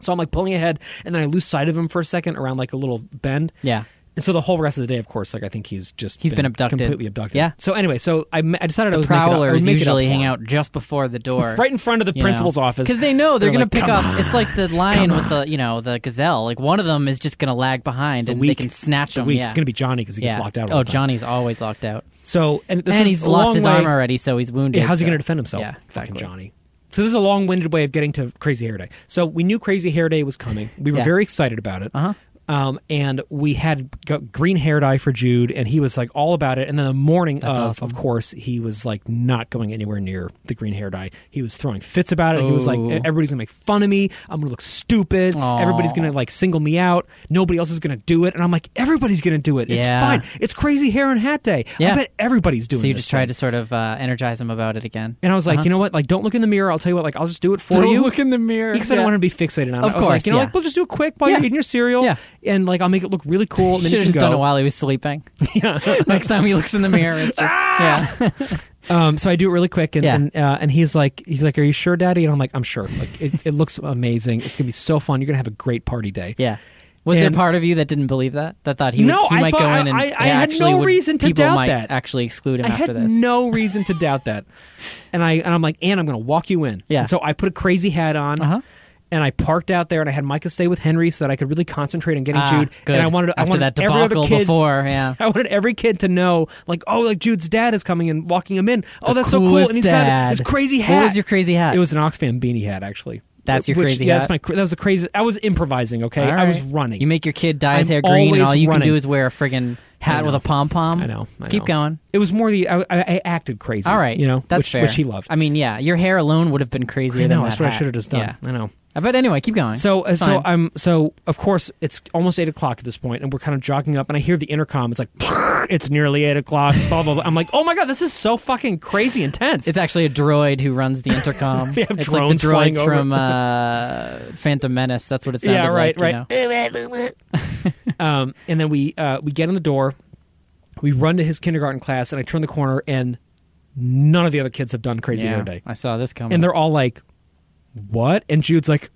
So I'm like pulling ahead, and then I lose sight of him for a second around like a little bend. Yeah. And so the whole rest of the day, of course, like I think he's just He's been abducted. completely abducted. Yeah. So anyway, so I, ma- I decided I was make it up, I would Prowlers make it up usually for hang him. out just before the door, right in front of the principal's office because they know they're, They're going like, to pick "Come up. It's like the lion with the you know the gazelle. Like one of them is just going to lag behind, and they weak- can snatch the them. week. Yeah, It's going to be Johnny because he gets yeah. locked out. Oh, All the time. Johnny's always locked out, So and this and is he's a long lost his way- arm already, so he's wounded. Yeah, how's he so- going to defend himself? Yeah, Fucking exactly. Johnny. So this is a long-winded way of getting to Crazy Hair Day. So we knew Crazy Hair Day was coming. We were Yeah. very excited about it. Uh-huh. Um, and we had g- green hair dye for Jude, and he was like all about it. And then the morning That's of, awesome. of course, he was like not going anywhere near the green hair dye. He was throwing fits about it. He was like, e, Ooh. everybody's gonna make fun of me. I'm gonna look stupid. Aw. Everybody's gonna like single me out. Nobody else is gonna do it. And I'm like, everybody's gonna do it. It's Yeah. fine. It's Crazy Hair and Hat Day. Yeah. I bet everybody's doing. So you this just tried thing. to sort of uh, energize him about it again. And I was like, Uh-huh. you know what? Like, don't look in the mirror. I'll tell you what. Like, I'll just do it for you. in the mirror. because I don't want to be fixated on it. Of I was course, like, you know, yeah. like we'll just do it quick while Yeah. you're eating your cereal, Yeah. and like I'll make it look really cool. And then Should you have can just done it go. while he was sleeping. Next time he looks in the mirror, it's just yeah. Um, so I do it really quick, and Yeah. and, uh, and he's like, he's like, "Are you sure, Daddy?" And I'm like, "I'm sure. Like, it, it looks amazing. It's gonna be so fun. You're gonna have a great party day." Yeah. Was there And- part of you that didn't believe that? That thought he, would- No, he I might go thought- in and I- I yeah, had actually no would- reason to people doubt might that. actually exclude him I after had this. no reason to doubt that, and I and I'm like, "And I'm gonna walk you in." Yeah. And so I put a crazy hat on. Uh-huh. And I parked out there, and I had Micah stay with Henry so that I could really concentrate on getting Ah, Jude. good. And I wanted, after I wanted that every other debacle kid before, yeah. I wanted every kid to know, like, oh, like Jude's dad is coming and walking him in. Oh, The that's so cool! coolest And he's got dad. this crazy hat. What was your crazy hat? It was an Oxfam beanie hat, actually. That's your Which- crazy yeah, hat? That's my. cra- That was a crazy. I was improvising. Okay, All I was right. running. You make your kid dye his I'm hair green, and always all you can running. do is wear a friggin' I hat know. with a pom pom. I know. I Keep know. going. It was more the I, I, I acted crazy. All right, you know, that's which, fair. which he loved. I mean, yeah, your hair alone would have been crazier I know. than That's that what I hat. should have just done. Yeah. I know. Uh, But anyway, keep going. So uh, It's so fine. I'm so of course it's almost eight o'clock at this point, and we're kind of jogging up, and I hear the intercom. It's like it's nearly eight o'clock. Blah blah. blah. I'm like, oh my god, this is so fucking crazy intense. it's actually a droid who runs the intercom. They have it's drones like flying the droids over. from uh, Phantom Menace. That's what it sounded yeah, right, like. You know? right. um, and then we uh, we get in the door, we run to his kindergarten class, and I turn the corner, and none of the other kids have done crazy yeah, hair day, I saw this coming. and they're all like, "What?" And Jude's like.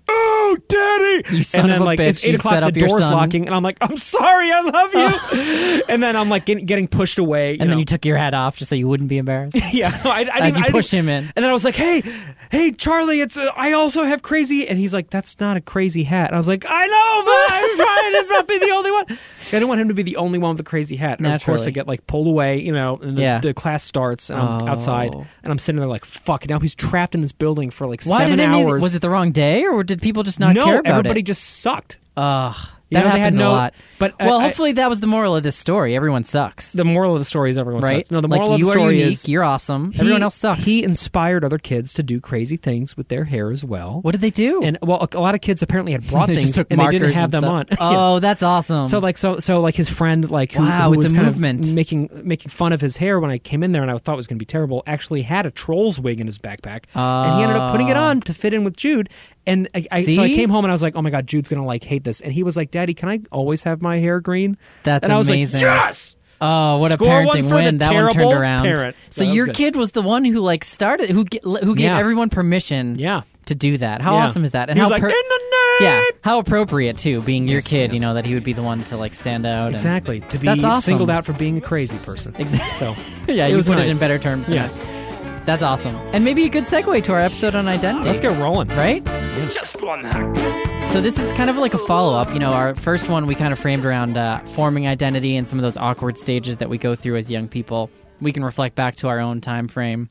Oh, daddy! You son and of then, a like, it's bitch, eight you o'clock. set The up your door's son. locking, and I'm like, "I'm sorry, I love you." and then I'm like getting, getting pushed away. and know. then you took your hat off just so you wouldn't be embarrassed. Yeah, I, I As didn't, you I pushed didn't- him in. and then I was like, "Hey, hey, Charlie, it's uh, I also have crazy." And he's like, "That's not a crazy hat." And I was like, "I know, but I'm trying to not be the only one." I didn't want him to be the only one with the crazy hat. And of course, Naturally. I get like pulled away, you know. And the, Yeah. the class starts, and I'm Oh. outside, and I'm sitting there like, "Fuck!" Now he's trapped in this building for like Why seven did any, hours. was it the wrong day or did people just not no, care about everybody it? just sucked. Ugh, You that know, they had happens a no- lot. but, uh, well, I- hopefully that was the moral of this story. Everyone sucks, The moral of the story is everyone right? sucks. No, the like moral you of the are story unique. is You're awesome. he- Everyone else sucks. He inspired other kids to do crazy things with their hair as well. what did they do? and well, a, a lot of kids apparently had brought They things just took and they didn't markers have and them on. stuff. Yeah. Oh, that's awesome. So like so so like his friend like who, Wow, who it's was a kind of movement. making making fun of his hair when I came in there and I thought it was going to be terrible actually had a troll's wig in his backpack and he ended up putting it Oh. on to fit in with Jude and I, I so I See? came home and I was like oh my god Jude's going to like hate this and he was like daddy can I always have my hair green That's and I was amazing. like yes oh, what a Score one parenting for the win! That one terrible turned around. parent. So Yeah, that was your good. kid was the one who like started, who ge- who gave Yeah. everyone permission yeah to do that. How Yeah. awesome is that? And he how was like per- in the name yeah, how appropriate too, being your Yes, kid. yes. You know that he would be the one to like stand out. and- exactly to be That's awesome. singled out for being a crazy person Exactly. so yeah, it you was put it nice. in better terms. Than Yes. I- that's awesome, and maybe a good segue to our episode on identity. let's get rolling right. Just one hack. So this is kind of like a follow up. You know, our first one we kind of framed around uh, forming identity and some of those awkward stages that we go through as young people. We can reflect back to our own time frame,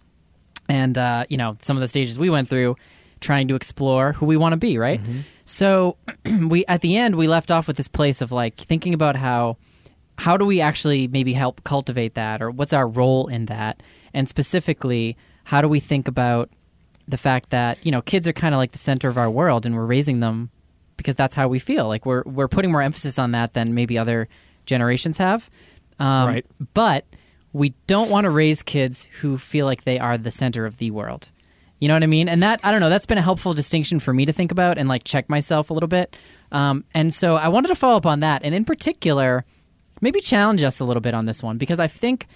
and uh, you know some of the stages we went through, trying to explore who we want to be. Right. So we at the end we left off with this place of like thinking about how how do we actually maybe help cultivate that or what's our role in that and specifically how do we think about the fact that you know kids are kind of like the center of our world and we're raising them because that's how we feel like we're we're putting more emphasis on that than maybe other generations have um, Right. but we don't want to raise kids who feel like they are the center of the world you know what i mean and that i don't know that's been a helpful distinction for me to think about and like check myself a little bit um, and so i wanted to follow up on that and in particular maybe challenge us a little bit on this one because i think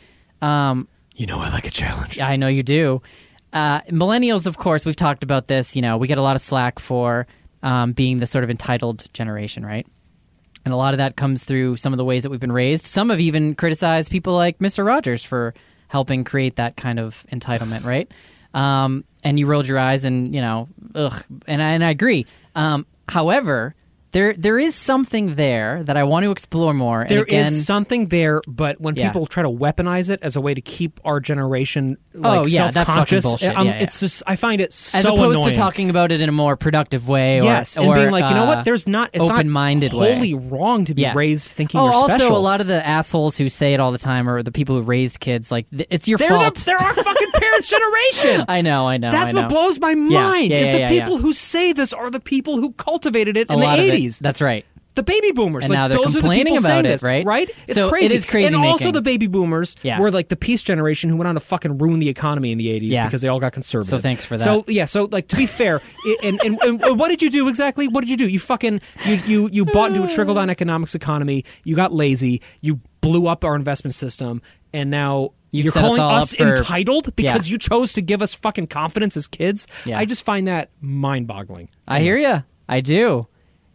um, you know I like a challenge I know you do. Uh, millennials, of course, we've talked about this. You know, we get a lot of slack for um, being the sort of entitled generation, right? And a lot of that comes through some of the ways that we've been raised. Some have even criticized people like Mr. Rogers for helping create that kind of entitlement, right? Um, and you rolled your eyes, and you know, ugh. And I, and I agree. Um, however, there there is something there that I want to explore more. There and is again, something there, but when Yeah. people try to weaponize it as a way to keep our generation like Oh, yeah, that's fucking self-conscious, bullshit. I'm- Yeah, yeah. it's just I find it so as opposed annoying. to talking about it in a more productive way, or, yes, and or, being like, you know uh, what? There's not it's open-minded not way. wholly wrong to be Yeah. raised thinking oh, you're also special. a lot of the assholes who say it all the time are the people who raised kids. Like th- it's your they're fault. the, they're our fucking parents' generation. I know, I know, I that's know. what blows my mind. yeah, is yeah, the yeah, yeah. people who say this are the people who cultivated it a in the lot of it. '80s. That's right. the baby boomers. And like, now they're those complaining are the people about saying it, this, right? Right? It's So it crazy. is crazy And also making. the baby boomers Yeah. were like the peace generation who went on to fucking ruin the economy in the 80s Yeah. because they all got conservative. So thanks for that. So yeah, so like to be fair, i- and, and, and, and what did you do exactly? What did you do? You fucking you you you bought into a trickle-down economics economy. You got lazy. You blew up our investment system and now You've you're set us calling all up us, for- entitled because Yeah. you chose to give us fucking confidence as kids. Yeah. I just find that mind-boggling. I hear you. I do,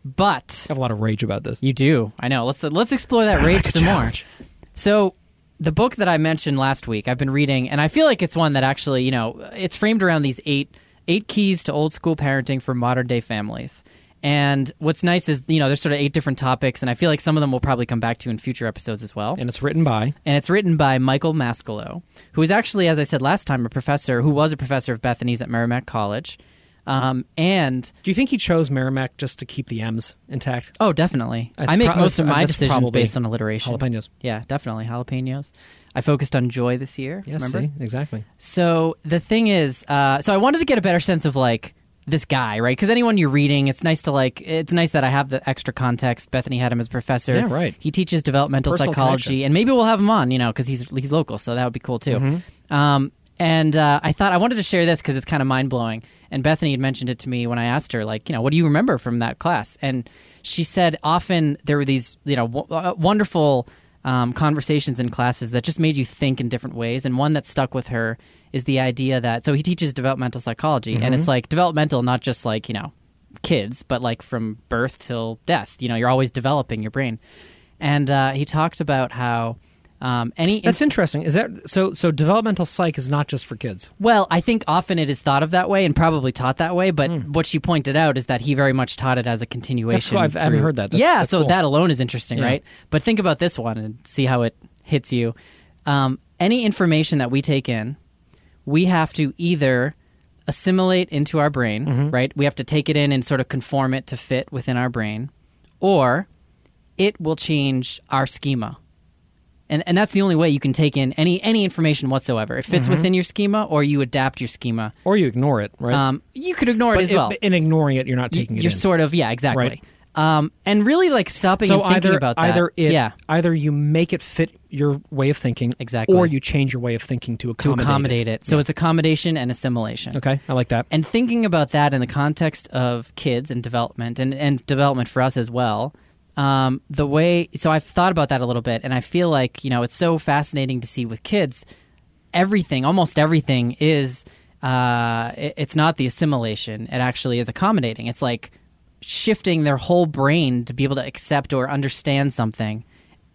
but I have a lot of rage about this. you do. I know. Let's let's explore that rage some challenge. more. So. The book that I mentioned last week, I've been reading, and I feel like it's one that actually, you know, it's framed around these eight eight keys to old school parenting for modern day families. And what's nice is, you know, there's sort of eight different topics, and I feel like some of them we'll probably come back to in future episodes as well. And it's written by and it's written by Michael Maskelo, who is actually, as I said last time, a professor who was a professor of Bethany's at Merrimack College. Um, and Do you think he chose Merrimack just to keep the M's intact? oh, definitely, That's I make prob- most of my that's decisions probably based on alliteration. Jalapenos. Yeah, definitely jalapenos. I focused on joy this year. Yes, remember? see, exactly. So the thing is, uh, so I wanted to get a better sense of like this guy, right? Because anyone you're reading, it's nice to like. It's nice that I have the extra context. Bethany had him as professor. Yeah, right. He teaches developmental Personal psychology, connection. and maybe we'll have him on, you know, because he's he's local, so that would be cool too. Mm-hmm. Um, and uh, I thought I wanted to share this because it's kind of mind blowing. And Bethany had mentioned it to me when I asked her, like, you know, what do you remember from that class? And she said often there were these, you know, w- uh, wonderful um, conversations in classes that just made you think in different ways. And one that stuck with her is the idea that so he teaches developmental psychology, Mm-hmm. and it's like developmental, not just like you know kids, but like from birth till death. You know, you're always developing your brain. And uh, he talked about how um, any That's interesting. Is that so? So developmental psych is not just for kids. well, I think often it is thought of that way and probably taught that way, but what she pointed out is that he very much taught it as a continuation. I've- I haven't through- heard that. Hmm. That's- yeah, that's so cool. that alone is interesting, Yeah. right? But think about this one and see how it hits you. Um, any information that we take in, we have to either assimilate into our brain, Mm-hmm. right? We have to take it in and sort of conform it to fit within our brain, or it will change our schema. And, and that's the only way you can take in any any information whatsoever. It Mm-hmm. fits within your schema, or you adapt your schema. Or you ignore it, right? Um, you could ignore but it as in- well. in ignoring it, you're not Y- taking it. You're in. sort of yeah, exactly. Right. Um, and really like stopping so and thinking either about that. either it yeah, either you make it fit your way of thinking Exactly. or you change your way of thinking to to accommodate, accommodate it. So it's accommodation and assimilation. it. Okay, I like that. And thinking about that in the context of kids and development, and, and development for us as well, um, the way, so I've thought about that a little bit, and I feel like, you know, it's so fascinating to see with kids, everything, almost everything is, uh, it- it's not the assimilation, it actually is accommodating. It's like shifting their whole brain to be able to accept or understand something.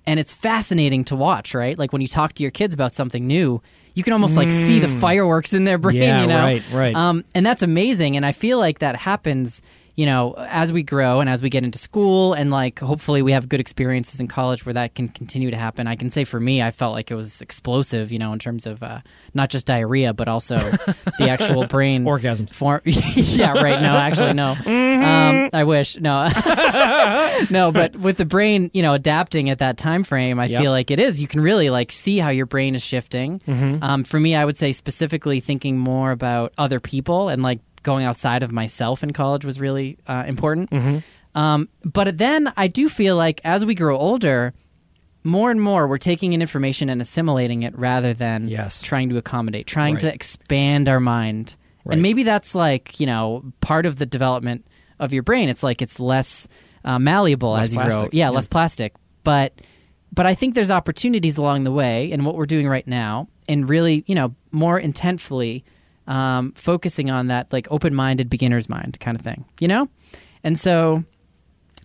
And it's fascinating to watch, right? Like when you talk to your kids about something new, you can almost like see the fireworks in their brain, Mm. Yeah, you know? right, right. Um, and that's amazing. And I feel like that happens, you know, as we grow and as we get into school, and like hopefully we have good experiences in college where that can continue to happen. I can say for me, I felt like it was explosive, you know, in terms of uh, not just diarrhea, but also the actual brain Orgasms. form. yeah, right. No, actually, no. Um, I wish. No, no. But with the brain, you know, adapting at that time frame, I Yep. feel like it is. You can really like see how your brain is shifting. Mm-hmm. Um, for me, I would say specifically thinking more about other people and like going outside of myself in college was really uh, important. Mm-hmm. Um, but then I do feel like as we grow older. More and more, we're taking in information and assimilating it rather than Yes. trying to accommodate, trying Right. to expand our mind. Right. And maybe that's like, you know, part of the development of your brain. It's like it's less uh, malleable Less as you grow. plastic, Yeah, yeah. less plastic. But but I think there's opportunities along the way and what we're doing right now and really, you know, more intentfully um, focusing on that like open-minded beginner's mind kind of thing, you know? And so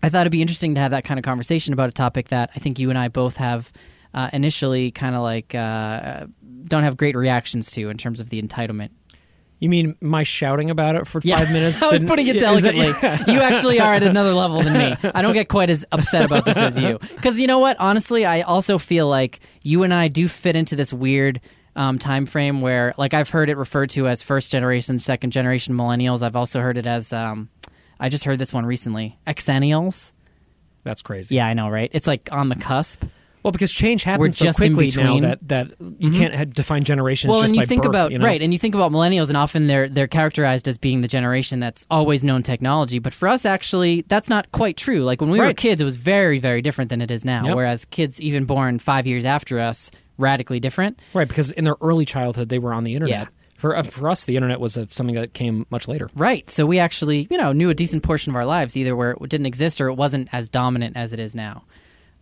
I thought it'd be interesting to have that kind of conversation about a topic that I think you and I both have uh, initially kind of like uh, don't have great reactions to in terms of the entitlement. You mean my shouting about it for five minutes? I was didn't- putting it is delicately. you actually are at another level than me. I don't get quite as upset about this as you. Because you know what? Honestly, I also feel like you and I do fit into this weird um, time frame where, like, I've heard it referred to as first generation, second generation millennials. I've also heard it as, um, I just heard this one recently, Xennials. That's crazy. Yeah, I know, right? It's like on the cusp. Well, because change happens so just in quickly now between. Mm-hmm. that, that you can't ha- define generations well, just and you by think birth, about you know? right, and you think about millennials, and often they're they're characterized as being the generation that's always known technology. But for us, actually, that's not quite true. Like when we were Right. kids, it was very very different than it is now. Yep. Whereas kids, even born five years after us, radically different. Right, because in their early childhood they were on the internet. For uh, for us, the internet was uh, something that came much later. Right. So we actually, you know, knew a decent portion of our lives either where it didn't exist or it wasn't as dominant as it is now.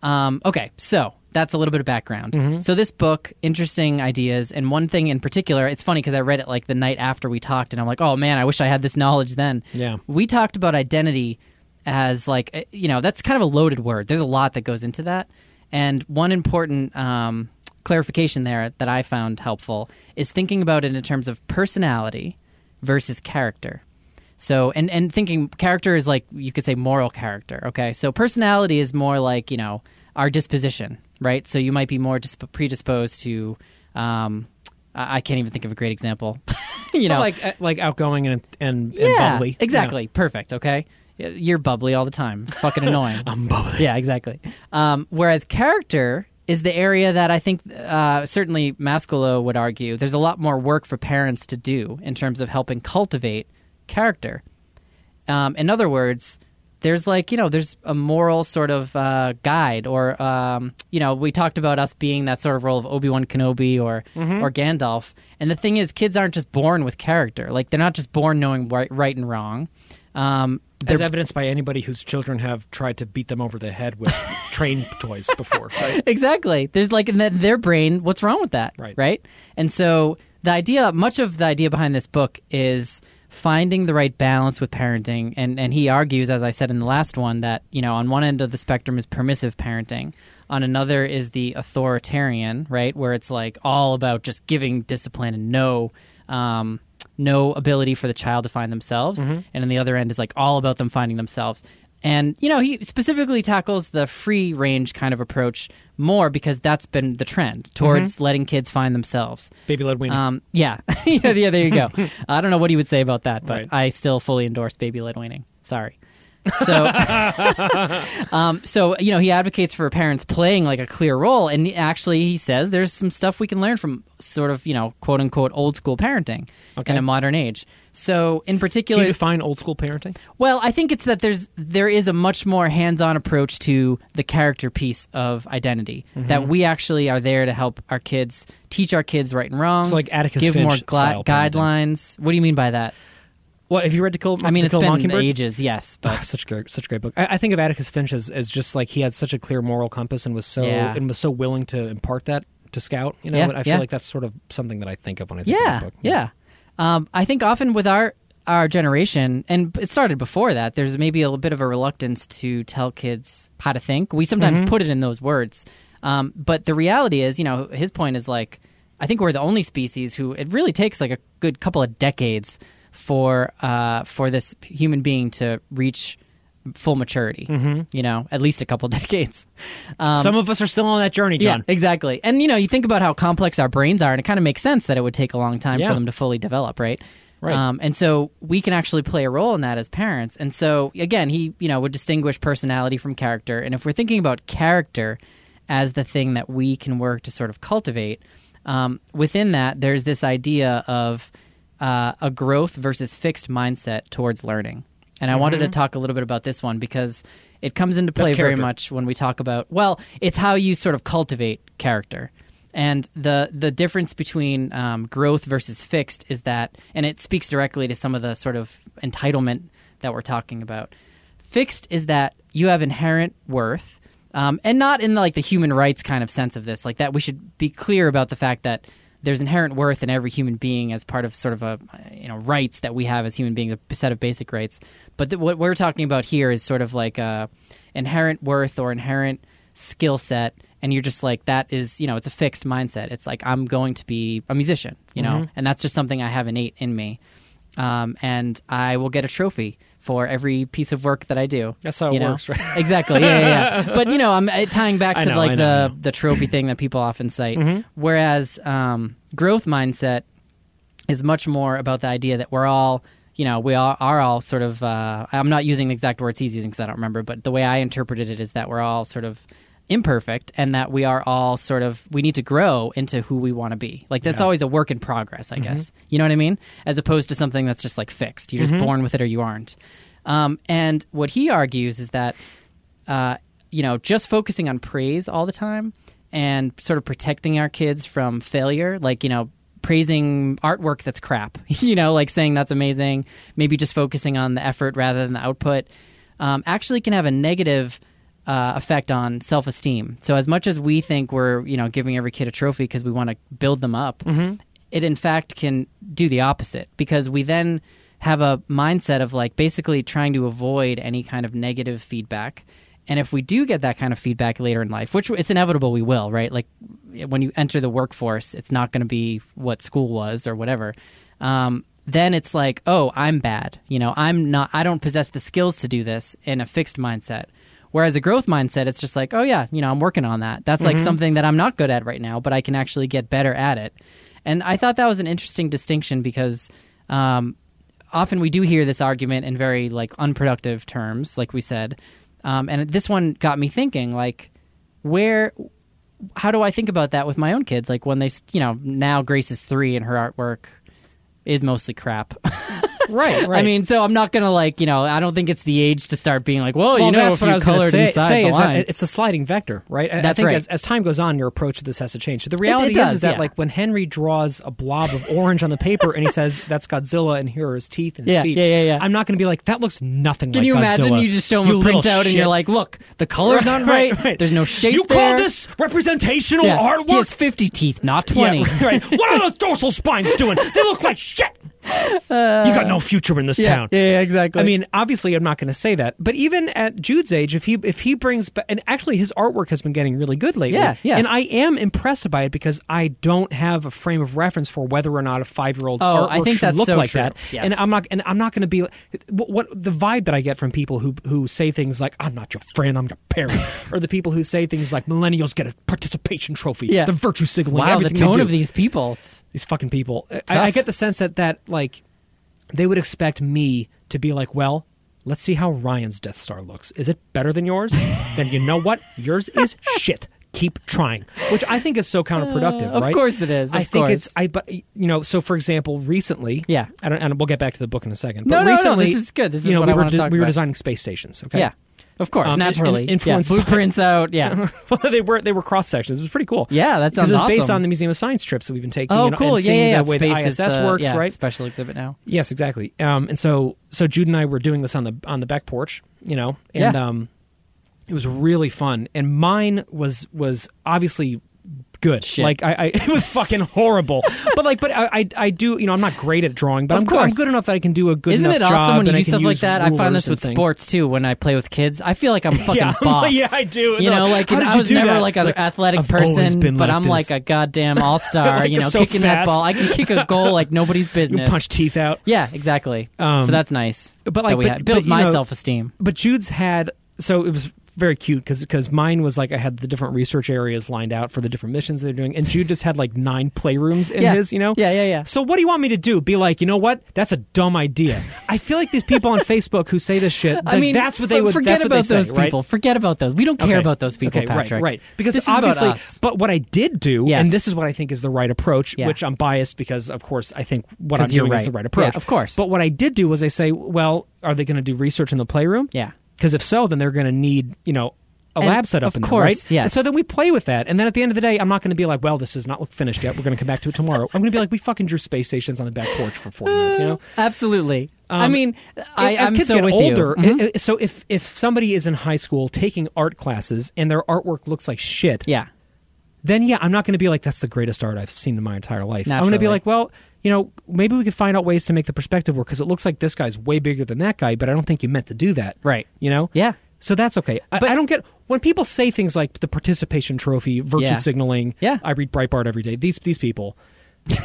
Um, okay, so that's a little bit of background. So this book, interesting ideas, and one thing in particular. It's funny because I read it like the night after we talked, and I'm like, oh man, I wish I had this knowledge then. Yeah. We talked about identity as like eh, you know that's kind of a loaded word. There's a lot that goes into that, and one important um, clarification there that I found helpful is thinking about it in terms of personality versus character. So and and thinking character is like you could say moral character. Okay, so personality is more like you know our disposition, right? So you might be more disp- predisposed to. Um, I I can't even think of a great example. you know, like uh, like outgoing and and, and yeah, bubbly. Exactly. Perfect. Okay. Y- You're bubbly all the time. It's fucking annoying. Yeah. I'm bubbly. yeah, exactly. Um, whereas character is the area that I think uh, certainly Maslow would argue there's a lot more work for parents to do in terms of helping cultivate character. Um, in other words, there's like you know there's a moral sort of uh, guide, or um, you know we talked about us being that sort of role of Obi Wan Kenobi or or Gandalf. And the thing is, kids aren't just born with character. Like they're not just born knowing right, right and wrong. Um, As evidenced by anybody whose children have tried to beat them over the head with train toys before. Right? exactly. There's like in the, their brain, what's wrong with that? Right. Right. And so the idea, much of the idea behind this book is finding the right balance with parenting. And, and he argues, as I said in the last one, that, you know, on one end of the spectrum is permissive parenting. On another is the authoritarian, right? Where it's like all about just giving discipline and no, um, no ability for the child to find themselves. Mm-hmm. And on the other end is like all about them finding themselves. And you know, he specifically tackles the free range kind of approach more because that's been the trend towards Mm-hmm. letting kids find themselves. Baby led weenie. Um, yeah, yeah, yeah. There you go. I don't know what he would say about that, but Right. I still fully endorse baby led weaning. Sorry. So, um, so you know, he advocates for parents playing like a clear role, and he- actually, he says there's some stuff we can learn from sort of you know, quote unquote, old school parenting Okay. in a modern age. So, in Can particular, you define old school parenting? well, I think it's that there's there is a much more hands-on approach to the character piece of identity Mm-hmm. that we actually are there to help our kids teach our kids right and wrong. So like Atticus give Finch more style parenting. guidelines. What do you mean by that? Well, have you read To Kill, I mean, to it's Kill a been Mockingbird? ages, yes, but Ah, such a great, such a great book. I, I think of Atticus Finch as, as just like he had such a clear moral compass and was so Yeah. and was so willing to impart that to Scout. You know, Yeah, and I yeah. feel like that's sort of something that I think of when I think yeah, of that book. yeah. Um, I think often with our our generation, and it started before that. There's maybe a little bit of a reluctance to tell kids how to think. We sometimes Mm-hmm. put it in those words, um, but the reality is, you know, his point is like, I think we're the only species who it really takes like a good couple of decades for uh, for this human being to reach full maturity. Mm-hmm. You know, at least a couple decades. Um, Some of us are still on that journey, John. yeah, exactly. And you know, you think about how complex our brains are, and it kind of makes sense that it would take a long time Yeah. for them to fully develop, right? Right. Um, and so we can actually play a role in that as parents. And so again, he you know would distinguish personality from character. And if we're thinking about character as the thing that we can work to sort of cultivate, um, within that there's this idea of uh, a growth versus fixed mindset towards learning. And I wanted to Mm-hmm. talk a little bit about this one because it comes into play That's very character. much much when we talk about well it's how you sort of cultivate character and the the difference between um, growth versus fixed is that and it speaks directly to some of the sort of entitlement that we're talking about fixed is that you have inherent worth um, and not in like the human rights kind of sense of this like that we should be clear about the fact that there's inherent worth in every human being as part of sort of a you know rights that we have as human beings a set of basic rights but th- what we're talking about here is sort of like a inherent worth or inherent skill set and you're just like that is you know it's a fixed mindset it's like i'm going to be a musician you know Mm-hmm. and that's just something i have innate in me um, and i will get a trophy for every piece of work that i do That's how it you know? works, right? exactly yeah yeah, yeah. but you know i'm uh, tying back I to know, like I know, the I know. Mm-hmm. the trophy thing that people often cite. Whereas um, growth mindset is much more about the idea that we're all, you know, we all, are all sort of. Uh, I'm not using the exact words he's using because I don't remember, but the way I interpreted it is that we're all sort of imperfect and that we are all sort of we need to grow into who we want to be like that's always a work in progress i guess you know what i mean as opposed to something that's just like fixed you're just born with it or you aren't um, and what he argues is that uh, you know, just focusing on praise all the time and sort of protecting our kids from failure, like, you know, praising artwork that's crap, you know, like saying that's amazing, maybe just focusing on the effort rather than the output, um, actually can have a negative uh, effect on self esteem. So, as much as we think we're, you know, giving every kid a trophy because we want to build them up, it in fact can do the opposite because we then have a mindset of like basically trying to avoid any kind of negative feedback. And if we do get that kind of feedback later in life, which it's inevitable we will, right? Like when you enter the workforce, it's not going to be what school was or whatever. Um, then it's like, oh, I'm bad. You know, I'm not, I don't possess the skills to do this in a fixed mindset. Whereas a growth mindset, it's just like, oh yeah, you know, I'm working on that. That's like something that I'm not good at right now, but I can actually get better at it. And I thought that was an interesting distinction because um, often we do hear this argument in very like unproductive terms, like we said. Um, and this one got me thinking, like, where how do I think about that with my own kids? Like when they, s- you know, now Grace is three and her artwork is mostly crap. Right, right. I mean, so I'm not gonna like you know. I don't think it's the age to start being like, well, well, you know, that's if what you I was going to colored say. inside say the is lines, that it's a sliding vector, right? I- I, That's think right. as, as time goes on, your approach to this has to change. So the reality it is, does, is that yeah. like when Henry draws a blob of orange on the paper and he says that's Godzilla and here are his teeth and his Yeah, feet, yeah, yeah, yeah. I'm not going to be like that looks nothing. Can like you imagine? Godzilla, You just show them you a little printout and shit." you're like, look, the color's not right. There's no shape You there. call this representational yeah. artwork? He has 50 teeth, not 20. Yeah, right. What are those dorsal spines doing? They look like shit. you got no future in this Uh, Yeah, town. yeah, yeah, exactly. I mean, obviously, I'm not going to say that, but even at Jude's age, if he if he brings ba- and actually his artwork has been getting really good lately, Yeah, yeah. and I am impressed by it because I don't have a frame of reference for whether or not a five year old's Oh, artwork I think should that's look so like true. that, Yes. and I'm not and I'm not going to be what, what the vibe that I get from people who who say things like I'm not your friend, I'm your parent, or the people who say things like millennials get a participation trophy, Yeah. the virtue signaling, wow, the everything they tone do of these people. It's- these fucking people. I, Tough. I get the sense that that like they would expect me to be like, well, let's see how Ryan's Death Star looks. Is it better than yours? then you know what? Yours is shit. Keep trying, which I think is so counterproductive. Uh, of right? course it is, of I think course. it's I, but you know, so for example, recently, Yeah. I don't, and we'll get back to the book in a second. No, no, But no, recently, this is good. This is you know, what we I were wanna talk we were about. designing space stations. Okay, Yeah. Of course, Um, in- naturally. in- Yeah, influenced by- blueprints out. Yeah. well, they were they were cross sections. It was pretty cool. Yeah, that sounds Because it was based awesome. on the Museum of Science trips that we've been taking. Oh, and, cool! And Yeah, seeing yeah, yeah. The way Space the is ISS the- works, yeah, right? Special exhibit now. Yes, exactly. Um, and so so Jude and I were doing this on the on the back porch, you know, and Yeah. um, it was really fun. And mine was was obviously good. Shit. Like I, I it was fucking horrible. but like, but I, I I do you know I'm not great at drawing, but Of I'm good, I'm course. good enough that I can do a good. Isn't enough it awesome job when and you I do can stuff like use that? I find rulers this with and things. sports too. When I play with kids, I feel like I'm fucking Yeah, Oh, boss. yeah, I do. You They're know, like like, "How and did I you was do never that?" like It's an like, athletic "I've always person, been but like I'm this." like a goddamn all star. Like, you know, so kicking that fast. ball, I can kick a goal like nobody's You business. punch teeth out. Yeah, exactly. Um, so that's nice. but, But like, that like, we but- had. builds but, you my know- self esteem. but Jude's had so it was very cute because mine was like I had the different research areas lined out for the different missions they're doing, and Jude just had like nine playrooms in Yeah. his, you know. Yeah, yeah, yeah. So what do you want me to do? Be like, you know what? That's a dumb idea. I feel like these people on Facebook who say this shit. I like, mean, that's what they for- would. forget that's what about they those say, people. Right? Forget about those. We don't care Okay. about those people, okay, Patrick. Right, right. Because This is about obviously, us. but what I did do, Yes. and this is what I think is the right approach, Yeah. which I'm biased because, of course, I think what 'Cause I'm you're doing is right. the right approach. Yeah, of course. But what I did do was I say, well, are they going to do research in the playroom? Yeah. Because if so, then they're going to need, you know, a And lab set up of in there, course, right? yes. And so then we play with that. And then at the end of the day, I'm not going to be like, well, this is not finished yet. We're going to come back to it tomorrow. I'm going to be like, we fucking drew space stations on the back porch for 40 minutes, you know? Absolutely. I mean, I, Um, as I'm kids so get with older, you. Mhm. i- i- so if, if somebody is in high school taking art classes and their artwork looks like shit, Yeah. then yeah, I'm not going to be like that's the greatest art I've seen in my entire life. I'm going to be Naturally. like, well, you know, maybe we could find out ways to make the perspective work because it looks like this guy's way bigger than that guy, but I don't think you meant to do that. Right. You know. Yeah. So that's okay. I, But- I don't get when people say things like the participation trophy, virtue Yeah. signaling. Yeah. I read Breitbart every day. These these people.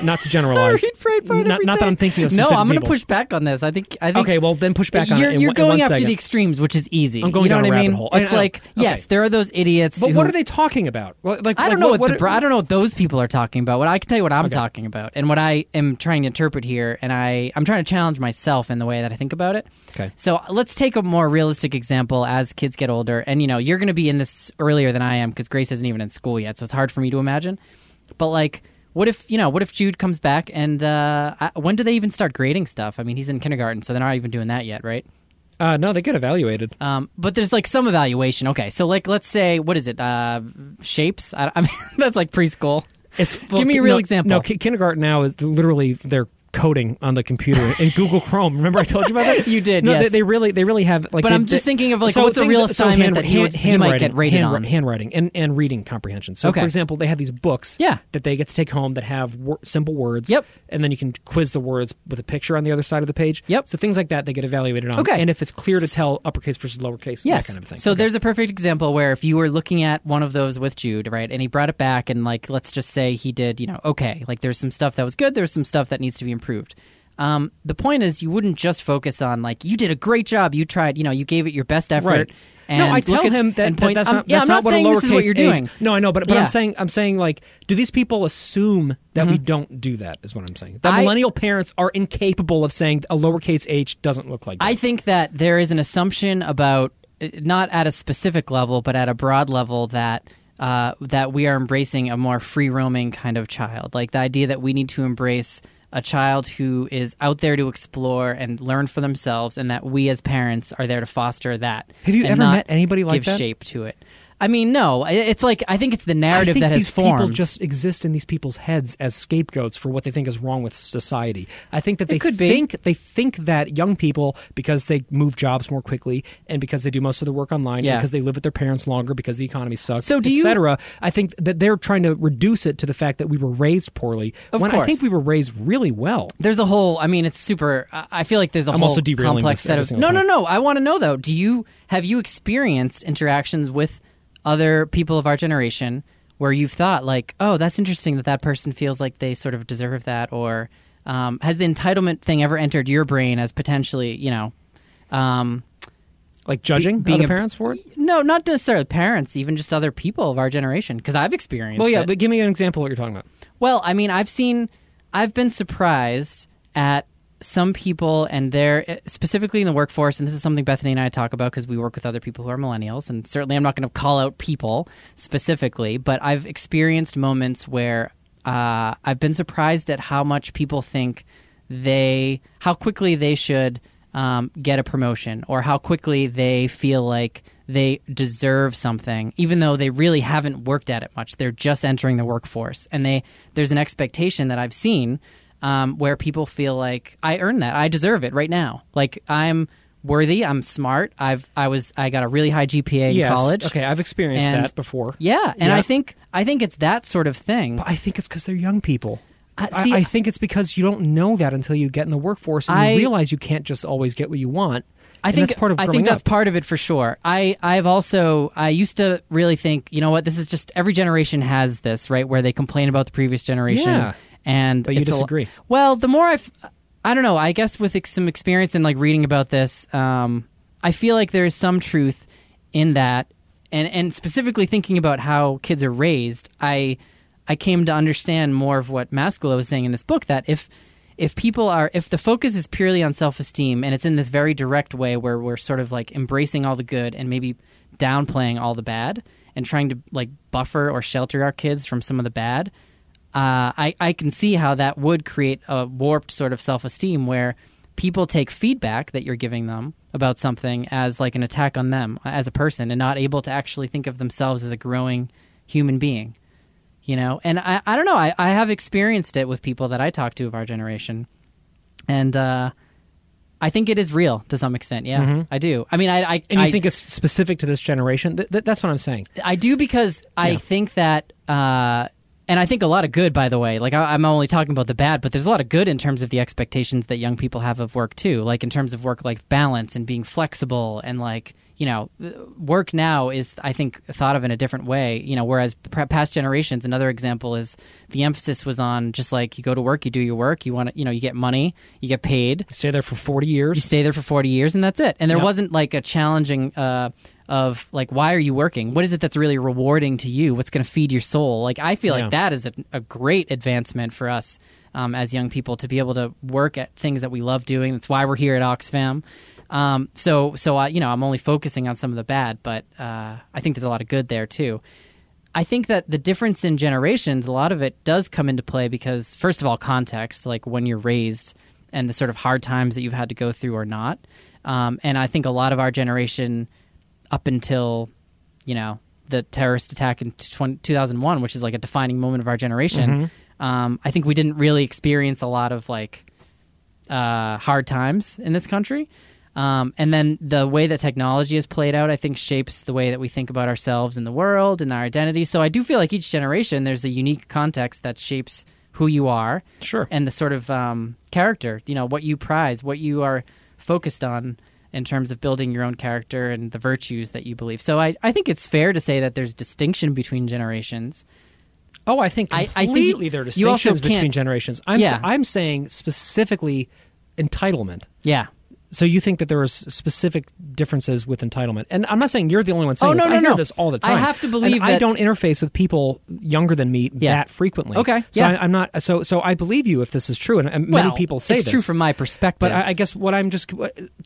Not to generalize. Read Breitbart not, every not day. that I'm thinking of. No, specific I'm gonna people. push back on this. I think. I think. Okay, well then push back on you're, it. in you're one- in going one after second. the extremes, which is easy. I'm going you know down a what I rabbit mean? hole. I- It's I- like yes, okay. there are those idiots. But who, what are they talking about? Well, Like I like, don't know what, what the, pro- I don't know what those people are talking about. What I can tell you what I'm talking about, and what I am trying to interpret here, and I I'm trying to challenge myself in the way that I think about it. Okay. So let's take a more realistic example as kids get older, and you know you're going to be in this earlier than I am because Grace isn't even in school yet, so it's hard for me to imagine. But like, what if you know? What if Jude comes back and uh, I, when do they even start grading stuff? I mean, he's in kindergarten, so they're not even doing that yet, right? Uh, no, they get evaluated. Um, but there's like some evaluation. Okay, so like let's say what is it? Uh, shapes? I, I mean, that's like preschool. It's well, Give me a real no, example. No, ki- kindergarten now is literally they're coding on the computer in Google Chrome. Remember I told you about that? You did, No, yes. they, they really, they really have like. But they- I'm just they- thinking of, like, what's a things- real assignment hand- that you would- hand- you might get handwriting- rated handwri- on? handwriting and, and reading comprehension. So, Okay. for example, they have these books. Yeah. That they get to take home that have wor- simple words. Yep. And then you can quiz the words with a picture on the other side of the page. Yep. So things like that they get evaluated on. Okay. And if it's clear to tell uppercase versus lowercase, Yes. that kind of thing. So Okay. there's a perfect example where if you were looking at one of those with Jude, right, and he brought it back, and like let's just say he did, you know, okay, like there's some stuff that was good, there's some stuff that needs to be improved. Um, the point is, you wouldn't just focus on like you did a great job, you tried, you know, you gave it your best effort. Right. And no, I look tell at- him that, and that point, that's I'm- not, yeah, that's I'm not, not, what a saying lowercase this is what you're a- doing. No, I know, but, Yeah. but Mm-hmm. I'm saying I'm saying like, do these people assume that we don't do that? Is what I'm saying. That I- millennial parents are incapable of saying a lowercase h doesn't look like. That. I think that there is an assumption about not at a specific level, but at a broad level that uh, that we are embracing a more free roaming kind of child, like the idea that we need to embrace. a child who is out there to explore and learn for themselves, and that we as parents are there to foster that. Have you and ever not met anybody like give that? shape to it? I mean, no. I- It's like I think it's the narrative I think that has these formed. people just exist in these people's heads as scapegoats for what they think is wrong with society. I think that they could be. think they think that young people because they move jobs more quickly and because they do most of their work online Yeah. because they live with their parents longer because the economy sucks, So do you- etc. I think that they're trying to reduce it to the fact that we were raised poorly Of when I course. think we were raised really well. there's a whole i mean it's super i I feel like there's a whole also derailing complex this set every of single no no time. no i want to know though do you have you experienced interactions with other people of our generation where you've thought like oh that's interesting that that person feels like they sort of deserve that or um, has the entitlement thing ever entered your brain as potentially you know um, Like judging being other a- parents for it? no not necessarily parents even just other people of our generation because i've experienced Well, yeah, it. but give me an example of what you're talking about. Well, I mean, I've seen, I've been surprised at some people and their eh, specifically in the workforce. And this is something Bethany and I talk about because we work with other people who are millennials. And certainly, I'm not going to call out people specifically, but I've experienced moments where uh, I've been surprised at how much people think they, how quickly they should um, get a promotion or how quickly they feel like they deserve something even though they really haven't worked at it much they're just entering the workforce and they there's an expectation that i've seen um, where people feel like i earned that i deserve it right now like i'm worthy i'm smart i've i was i got a really high gpa in yes. college Okay, I've experienced And- that before. yeah and Yeah. i think i think it's that sort of thing But I think it's because they're young people. I- I, Uh, see- I think it's because you don't know that until you get in the workforce and I- you realize you can't just always get what you want. I And think that's part of I growing think that's up. part of it for sure. I I've also I used to really think you know what this is just every generation has this right where they complain about the previous generation Yeah. and But you it's a lo- disagree. well, the more I've I don't know I guess with ex- some experience in like reading about this, um, I feel like there is some truth in that, and and specifically thinking about how kids are raised, I I came to understand more of what Maslow was saying in this book that if if people are if the focus is purely on self-esteem and it's in this very direct way where we're sort of like embracing all the good and maybe downplaying all the bad and trying to like buffer or shelter our kids from some of the bad uh, I, I can see how that would create a warped sort of self esteem where people take feedback that you're giving them about something as like an attack on them uh, as a person and not able to actually think of themselves as a growing human being. You know, and I, I don't know, I, I have experienced it with people that I talk to of our generation. And uh, I think it is real to some extent. Yeah, I do. I mean, I, I, Mm-hmm. and you I think it's specific to this generation. Th- th- that's what I'm saying. I do because I Yeah. think that, uh, and I think a lot of good, by the way. Like I, I'm only talking about the bad, but there's a lot of good in terms of the expectations that young people have of work too. Like in terms of work-life balance and being flexible and like you know, work now is I think thought of in a different way. You know, whereas pr- past generations, another example is the emphasis was on just like you go to work, you do your work, you want to, you know, you get money, you get paid, Stay there for 40 you years. stay there for 40 years and that's it and there Yep. wasn't like a challenging uh, of like why are you working what is it that's really rewarding to you what's going to feed your soul like i feel Yeah. like that is a, a great advancement for us um, as young people to be able to work at things that we love doing that's why we're here at oxfam um, so so i you know i'm only focusing on some of the bad but uh, i think there's a lot of good there too I think that the difference in generations, a lot of it does come into play because, first of all, context, like when you're raised and the sort of hard times that you've had to go through or not. Um, and I think a lot of our generation, up until, you know, the terrorist attack in 20, 2001, which is like a defining moment of our generation, um, I think we didn't really experience a lot of like uh, hard times in this country. Um, and then the way that technology has played out, I think, shapes the way that we think about ourselves and the world and our identity. So I do feel like each generation, there's a unique context that shapes who you are Sure. and the sort of um, character, you know, what you prize, what you are focused on in terms of building your own character and the virtues that you believe. So I, I think it's fair to say that there's distinction between generations. oh, I think I- I think completely you- there are you also distinctions between can't- generations. I'm, s- Yeah. I'm saying specifically entitlement. Yeah. So you think that there are s- specific differences with entitlement, and I'm not saying you're the only one saying Oh, no, this. I no, hear no. this all the I time. have to believe And I that- don't interface with people younger than me Yeah. that frequently. Okay, so yeah. I, I'm not. So so I believe you if this is true, and, and Well, many people say it's this. true from my perspective. But I, I guess what I'm just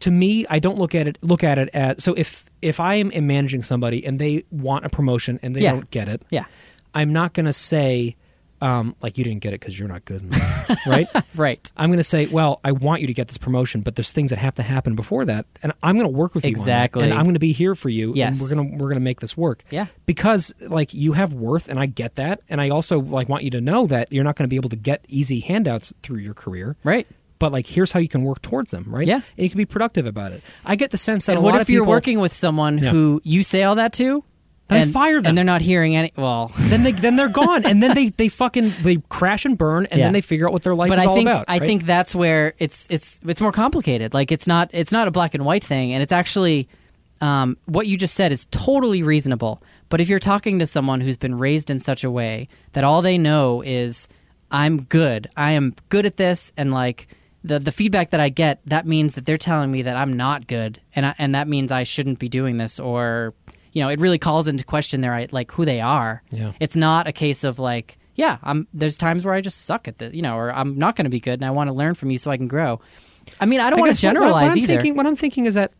to me, I don't look at it look at it as so if if I am managing somebody and they want a promotion and they Yeah. don't get it, yeah. I'm not going to say um, like you didn't get it because you're not good enough, right? Right. I'm going to say, well, I want you to get this promotion, but there's things that have to happen before that, and I'm going to work with you on that, Exactly. and I'm going to be here for you. Yes. and we're gonna we're gonna make this work. Yeah. because like you have worth, and I get that, and I also like want you to know that you're not going to be able to get easy handouts through your career. Right. But like, here's how you can work towards them, right? Yeah. and you can be productive about it. I get the sense that And a what lot if of you're people, working with someone who you say all that to? Then I and fire them. And they're not hearing any. Well, then they then they're gone, and then they they fucking they crash and burn, and Yeah. then they figure out what their life but is I all think about. I right? think that's where it's it's it's more complicated. Like it's not it's not a black and white thing, and it's actually um, what you just said is totally reasonable. But if you're talking to someone who's been raised in such a way that all they know is I'm good, I am good at this, and like the the feedback that I get, that means that they're telling me that I'm not good, and I, and that means I shouldn't be doing this, or you know, it really calls into question their like who they are. Yeah. It's not a case of like, yeah, I'm there's times where I just suck at this, you know, or I'm not going to be good and I want to learn from you so I can grow. I mean, I don't want to guess what- what- generalize what I'm either. Thinking, what I'm thinking is that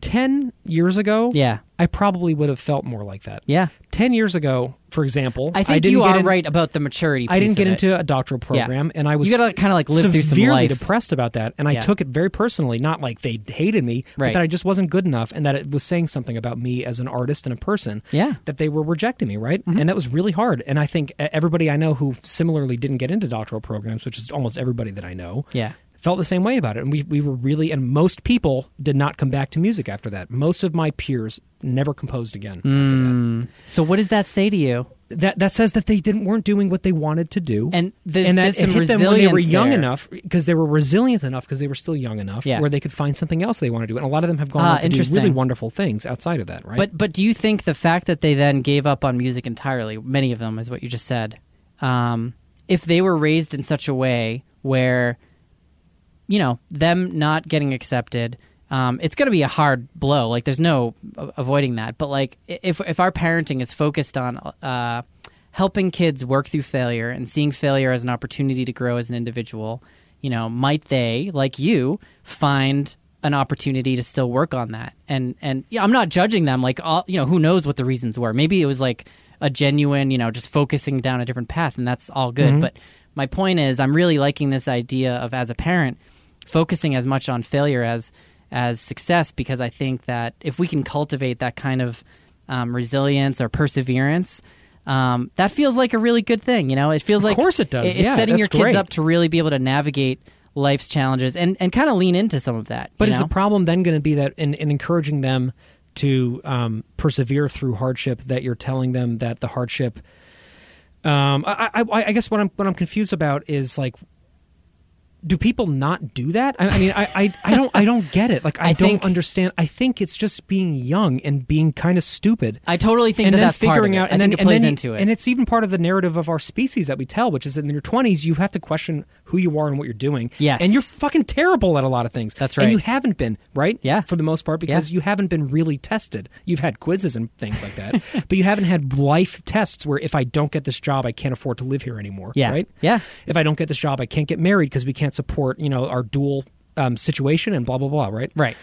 ten years ago, yeah. I probably would have felt more like that. Yeah. 10 years ago, for example, I think didn't you get are in- right about the maturity I didn't piece get of it. into a doctoral program and I was You gotta kinda, like, live through some severely life. depressed about that and I Yeah. took it very personally, not like they hated me, Right. but that I just wasn't good enough and that it was saying something about me as an artist and a person Yeah. Mm-hmm. that they were rejecting me, right? And that was really hard. And I think uh, everybody I know who similarly didn't get into doctoral programs, which is almost everybody that I know, Yeah. felt the same way about it. And we, we were really, and most people did not come back to music after that. Most of my peers never composed again Mm. after So what does that say to you? that. That, that says that they didn't, weren't doing what they wanted to do. And there's, and that there's it some hit them resilience when they were young there. enough because they were resilient enough because they were still young enough Yeah. where they could find something else they want to do. And a lot of them have gone Ah, on to do really interesting. wonderful things outside of that, right? But but do you think the fact that they then gave up on music entirely, many of them is what you just said, um, if they were raised in such a way where, you know, them not getting accepted, um, it's going to be a hard blow. Like there's no a- avoiding that. But like i- if if our parenting is focused on. Uh, Helping kids work through failure and seeing failure as an opportunity to grow as an individual, you know, might they, like you, find an opportunity to still work on that and and yeah, i'm not judging them like all you know who knows what the reasons were maybe it was like a genuine you know just focusing down a different path and that's all Mm-hmm. good but my point is i'm really liking this idea of as a parent focusing as much on failure as as success because i think that if we can cultivate that kind of um, resilience or perseverance um, that feels like a really good thing you know it feels like course it does. it's Yeah, setting your that's kids great. up to really be able to navigate life's challenges and, and kind of lean into some of that. But you is know? the problem then going to be that in, in encouraging them to um, persevere through hardship that you're telling them that the hardship? Um, I, I, I- I guess what I'm what I'm confused about is like, do people not do that? I, I mean, I, I, I don't I don't get it. Like I, I don't think- understand. I think it's just being young and being kind of stupid. I totally think and that then that's part of figuring it. out, I and then think it and plays then into it. and it's even part of the narrative of our species that we tell, which is that in your twenties you have to question who you are and what you're doing. Yes. and you're fucking terrible at a lot of things. That's And you right. haven't been right. Yeah. for the most part because you haven't been really tested. You've had quizzes and things like that, but you haven't had life tests where if I don't get this job, I can't afford to live here anymore. Yeah. right. Yeah. if I don't get this job, I can't get married because we can't support you know our dual um, situation and blah blah blah. Right right.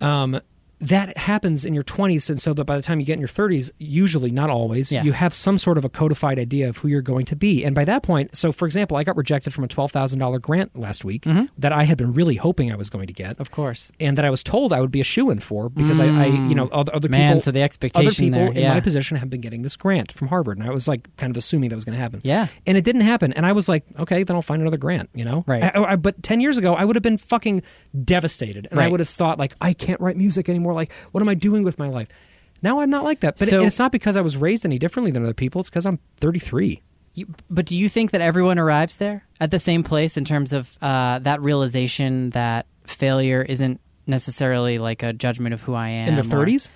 um, that happens in your 20s and so that by the time you get in your 30s usually not always Yeah. you have some sort of a codified idea of who you're going to be and by that point so for example i got rejected from a $12000 grant last week that i had been really hoping i was going to get Mm-hmm. Of course. and that i was told i would be a shoe in for because I, I you know other, other Man, people so the other expectation people there. in yeah. my position have been getting this grant from harvard and i was like kind of assuming that was going to happen Yeah. and it didn't happen and i was like okay then i'll find another grant you know Right. I- I- but 10 years ago i would have been fucking devastated and i Right. would have thought like i can't write music anymore like what am i doing with my life now i'm not like that but So- it's not because i was raised any differently than other people it's because i'm 33 You- but do you think that everyone arrives there at the same place in terms of uh, that realization that failure isn't necessarily like a judgment of who I am in their or- 30s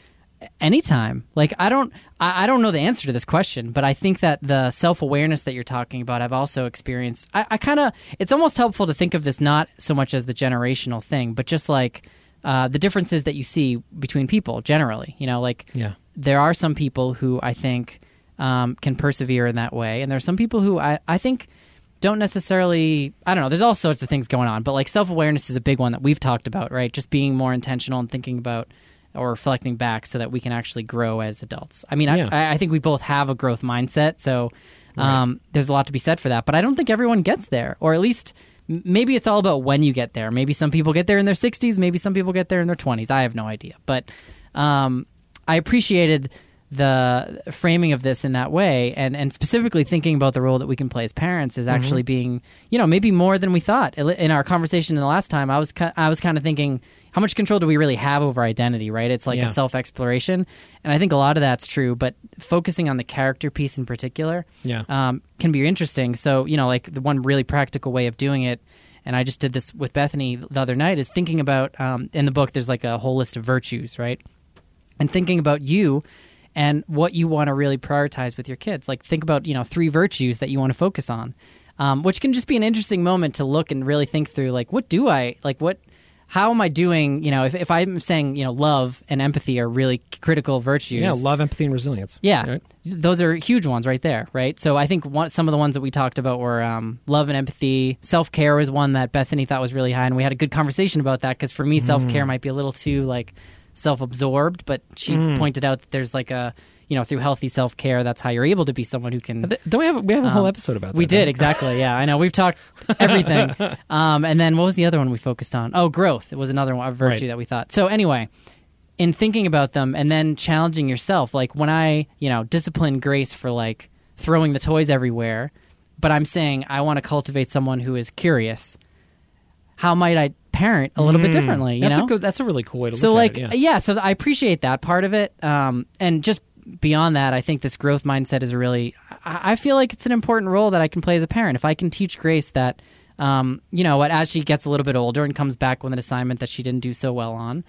anytime like i don't I, I don't know the answer to this question but i think that the self-awareness that you're talking about i've also experienced i, I kind of it's almost helpful to think of this not so much as the generational thing but just like uh, the differences that you see between people generally you know like Yeah. there are some people who i think um, can persevere in that way and there are some people who i, I think don't necessarily i don't know there's all sorts of things going on but like self-awareness is a big one that we've talked about right just being more intentional and thinking about or reflecting back so that we can actually grow as adults i mean Yeah. I I, I think we both have a growth mindset so Um, There's a lot to be said for that, but I don't think everyone gets there, or at least m- maybe it's all about when you get there. Maybe some people get there in their 60s, maybe some people get there in their 20s. I have no idea, but um, I appreciated the framing of this in that way, and and specifically thinking about the role that we can play as parents Mm-hmm. is actually being, you know, maybe more than we thought. In our conversation in the last time, I was ki- I was kind of thinking. How much control do we really have over identity, right? It's like Yeah. a self exploration. And I think a lot of that's true, but focusing on the character piece in particular, Yeah. um, can be interesting. So, you know, like the one really practical way of doing it, and I just did this with Bethany the other night, is thinking about um, in the book, there's like a whole list of virtues, right? And thinking about you and what you want to really prioritize with your kids. Like, think about, you know, three virtues that you want to focus on, um, which can just be an interesting moment to look and really think through, like, what do I, like, what, how am I doing? You know, if, if I'm saying, you know, love and empathy are really critical virtues. Yeah, love, empathy, and resilience. Yeah, Right? those are huge ones right there, right? So I think one, some of the ones that we talked about were um, love and empathy. Self care was one that Bethany thought was really high, and we had a good conversation about that because for me, self care might be a little too like self absorbed, but she pointed out that there's like a you know through healthy self care, that's how you're able to be someone who can. Th- Don't we have we have a whole Um, episode about that? We did don't exactly, yeah. I know we've talked everything, um, and then what was the other one we focused on? Oh, growth. It was another one, a virtue Right. that we thought. So anyway, in thinking about them and then challenging yourself, like when I, you know, discipline Grace for like throwing the toys everywhere, but I'm saying I want to cultivate someone who is curious. How might I parent a little bit differently? You Hmm. That's know, a good. That's a really cool way to so look like at it. yeah. yeah. so i appreciate that part of it um, and just beyond that i think this growth mindset is a really I, I feel like it's an important role that i can play as a parent if i can teach grace that um, you know what as she gets a little bit older and comes back with an assignment that she didn't do so well on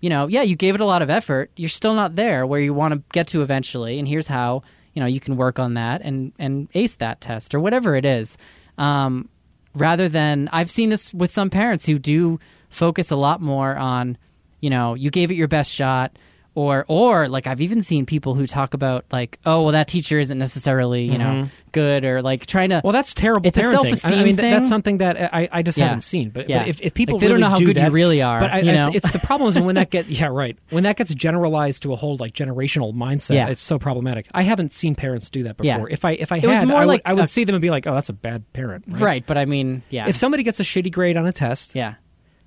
you know yeah you gave it a lot of effort you're still not there where you want to get to eventually and here's how you know you can work on that and and ace that test or whatever it is um, rather than I've seen this with some parents who do focus a lot more on, you know, you gave it your best shot or or like I've even seen people who talk about like, oh, well that teacher isn't necessarily, you know, good or like trying to Mm-hmm. Well, that's terrible It's a parenting. I- I self-esteem mean, th- that's thing. something that I, I just Yeah. haven't seen. But, Yeah. but if, if people Like, they don't really know how do good you that- really are, But I, you I- know? it's the problem is when that get yeah right when that gets generalized to a whole like generational mindset. Yeah. It's so problematic. I haven't seen parents do that Yeah. before. If I if I was had, more I would, like I would a- see them and be like, oh, that's a bad parent. Right. right. but I mean, yeah. If somebody gets a shitty grade on a test, yeah.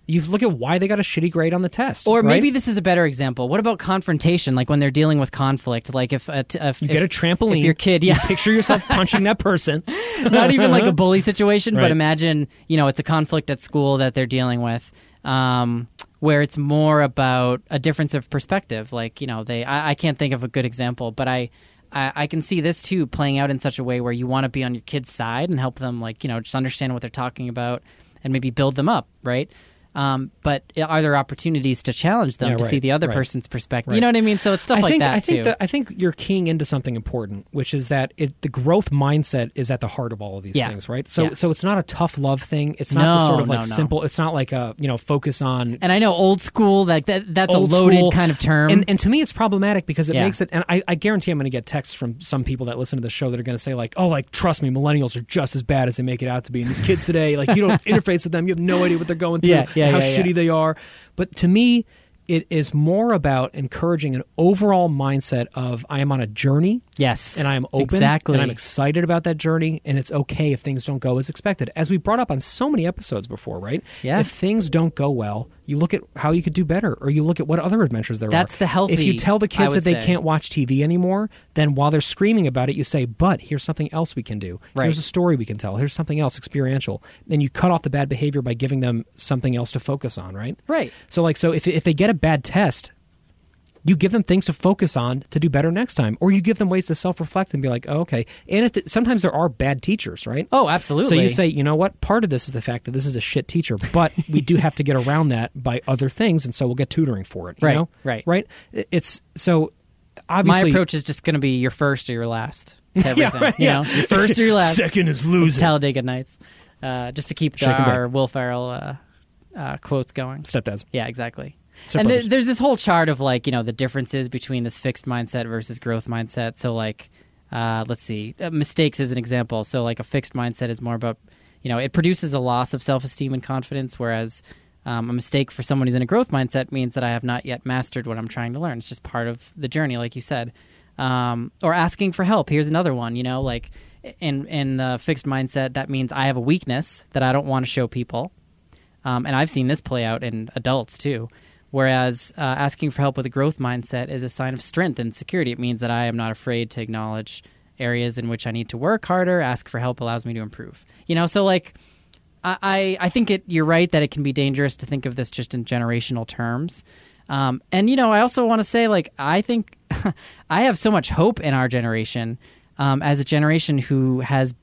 you look at why they got a shitty grade on the test. Or right? maybe this is a better example. What about confrontation? Like when they're dealing with conflict, like if a t- if, you get a if- trampoline. if your kid, yeah, Picture yourself punching that person. not even like a bully situation, but Right. imagine you know it's a conflict at school that they're dealing with, um, where it's more about a difference of perspective. Like you know, they I, I can't think of a good example, but I, I I can see this too playing out in such a way where you want to be on your kid's side and help them like you know just understand what they're talking about and maybe build them up, right? Um, but are there opportunities to challenge them Yeah, to see right, the other right. person's perspective? You Right. know what I mean? So it's stuff I like think that I think too. that- I think you're keying into something important, which is that it, the growth mindset is at the heart of all of these Yeah. things, right? So Yeah. so it's not a tough love thing. It's not the No, sort of no, like no. simple. It's not like a you know focus on. and I know old school, like that, that's a old loaded school. kind of term. and, and to me it's problematic because it Yeah. makes it and I, I guarantee i'm going to get texts from some people that listen to the show that are going to say like oh like trust me millennials are just as bad as they make it out to be and these kids today like you don't interface with them you have no idea what they're going through Yeah, yeah, how yeah, yeah. shitty they are but to me it is more about encouraging an overall mindset of i am on a journey yes, and I am open Exactly. and I'm excited about that journey and it's okay if things don't go as expected. As we brought up on so many episodes before, right? Yeah. If things don't go well, you look at how you could do better or you look at what other adventures there are. That's the healthy, If you tell the I kids would that they say. can't watch TV anymore, then while they're screaming about it, you say, "But here's something else we can do. Right. Here's a story we can tell. Here's something else experiential." Then you cut off the bad behavior by giving them something else to focus on, right? Right. So like so if if they get a bad test, you give them things to focus on to do better next time or you give them ways to self-reflect and be like, "Oh, okay." And if th- sometimes there are bad teachers, right? Oh, absolutely. So you say, you know what? Part of this is the fact that this is a shit teacher, but we do have to get around that by other things, and so we'll get tutoring for it. you Right, know? right. right. It- It's so my obviously approach is just going to be your first or your last. To everything, right, you yeah. know, your first or your last. Second is losing. Talladega Nights, uh, just to keep the, Shake 'em our Will Ferrell uh, uh, quotes going. Stepdads. Yeah, exactly. Step and there, brothers. there's this whole chart of like you know the differences between this fixed mindset versus growth mindset. So like, uh, let's see, uh, mistakes is an example. So like a fixed mindset is more about you know it produces a loss of self esteem and confidence, whereas um, a mistake for someone who's in a growth mindset means that I have not yet mastered what I'm trying to learn. It's just part of the journey, like you said. Um, or asking for help. Here's another one. You know, like in in the fixed mindset, that means I have a weakness that I don't want to show people, um, and I've seen this play out in adults too. Whereas uh, asking for help with a growth mindset is a sign of strength and security. It means that I am not afraid to acknowledge areas in which I need to work harder. Ask for help allows me to improve. You know, so like. I- I, I think it, you're right that it can be dangerous to think of this just in generational terms. Um, and, you know, I also want to say, like, I think I have so much hope in our generation um, as a generation who has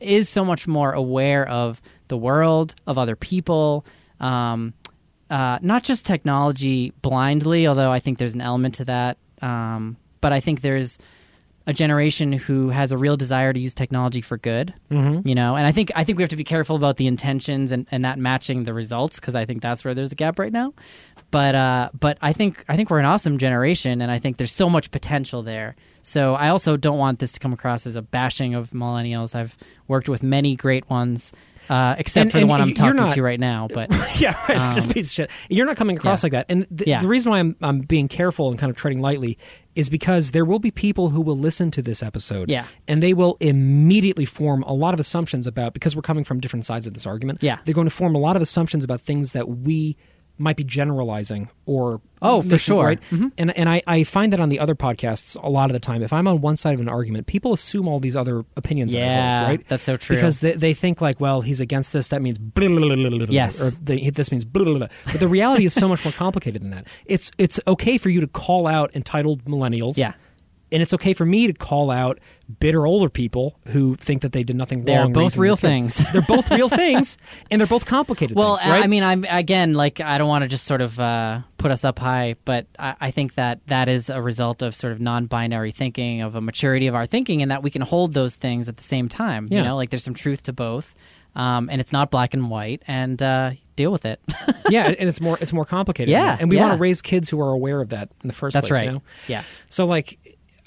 is so much more aware of the world, of other people, um, uh, not just technology blindly, although I think there's an element to that. Um, but I think there's a generation who has a real desire to use technology for good Mm-hmm. you know and i think i think we have to be careful about the intentions and, and that matching the results because i think that's where there's a gap right now but uh but i think i think we're an awesome generation and i think there's so much potential there so i also don't want this to come across as a bashing of millennials i've worked with many great ones uh, except And- for the and one i'm you're talking not- to right now but yeah, right. Um, this piece of shit. You're not coming yeah. across like that. And th- Yeah. the reason why I'm I'm being careful and kind of treading lightly is because there will be people who will listen to this episode. Yeah. And they will immediately form a lot of assumptions about because we're coming from different sides of this argument. Yeah. They're going to form a lot of assumptions about things that we might be generalizing or Oh, for making, sure. right and and I, I find that on the other podcasts a lot of the time if i'm on one side of an argument people assume all these other opinions that I yeah hold, right that's so true because they, they think like, well, he's against this. That means blah, blah, blah, blah, blah, Yes. or they, this means blah, blah, blah. But the reality is so much more complicated than that. It's it's okay for you to call out entitled millennials. Yeah. And it's okay for me to call out bitter older people who think that they did nothing They're wrong. both raising real their kids. things. they're both real things, and they're both complicated. well things, right? i I mean i'm again like i don't want to just sort of uh, put us up high but I, I think that that is a result of sort of non-binary thinking of a maturity of our thinking and that we can hold those things at the same time you Yeah. know like there's some truth to both um, and it's not black and white and uh, deal with it yeah, and it's more it's more complicated. Yeah, and we want yeah. to raise kids who are aware of that in the first that's place. right You know? yeah So, like,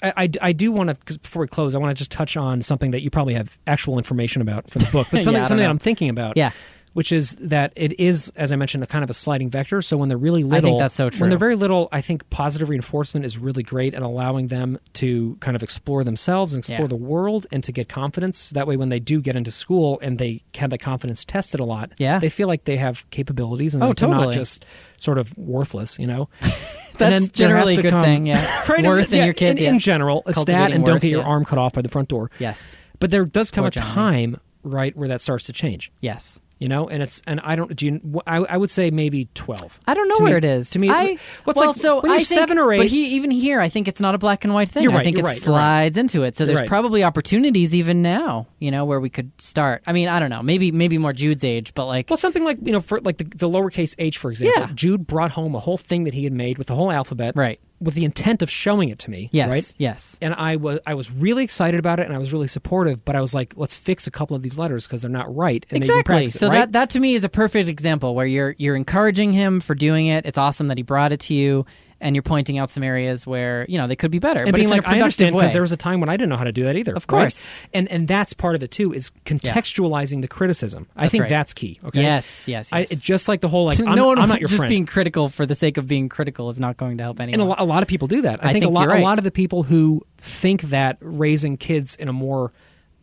I, I, I do want to, before we close, I want to just touch on something that you probably have actual information about from the book, Yeah, I but something, don't something know. that I'm thinking about. Yeah. Which is that it is, as I mentioned, a kind of a sliding vector. So when they're really little, that's so true. When they're very little, I think positive reinforcement is really great and allowing them to kind of explore themselves and explore Yeah. the world and to get confidence. That way, when they do get into school and they have that confidence tested a lot, Yeah. they feel like they have capabilities and Oh, like, they're not totally. just sort of worthless, you know. And then that's there has generally a to good come- thing yeah Right, worth in yeah, your kids in, yeah. in general it's that Cultivating and don't worth, get your yeah. arm cut off by the front door yes but there does come Or a John. time right where that starts to change yes you know and it's and i don't do you, I, I would say maybe 12 I don't know To me- where it is. to me, I, what's well, like- so when you're I think, seven or But eight- he, even here, I think it's not a black and white thing. You're I right, think you're it right, you're right. slides into it. So You're there's right. probably opportunities even now, you know, where we could start. I mean, I don't know. Maybe maybe more Jude's age, but like, well something like you know for like the, the lowercase h for example Yeah. jude brought home a whole thing that he had made with the whole alphabet Right. with the intent of showing it to me yes, right yes, and I was I was really excited about it, and I was really supportive. But I was like, let's fix a couple of these letters because they're not right, and they can exactly. practice it, So right? that that to me is a perfect example where you're you're encouraging him for doing it. It's awesome that he brought it to you, and you're pointing out some areas where you know they could be better. and but being it's in a like, I productive understand way. because there was a time when I didn't know how to do that either. Of right? course. and and that's part of it too is contextualizing the criticism. I think right. that's key. Okay, Yes, yes, I, yes. it's just like the whole like, I'm, no one I'm not your just friend. being critical for the sake of being critical is not going to help anyone. and a lot, a lot of people do that. I, think a lot you're right. a lot of the people who think that raising kids in a more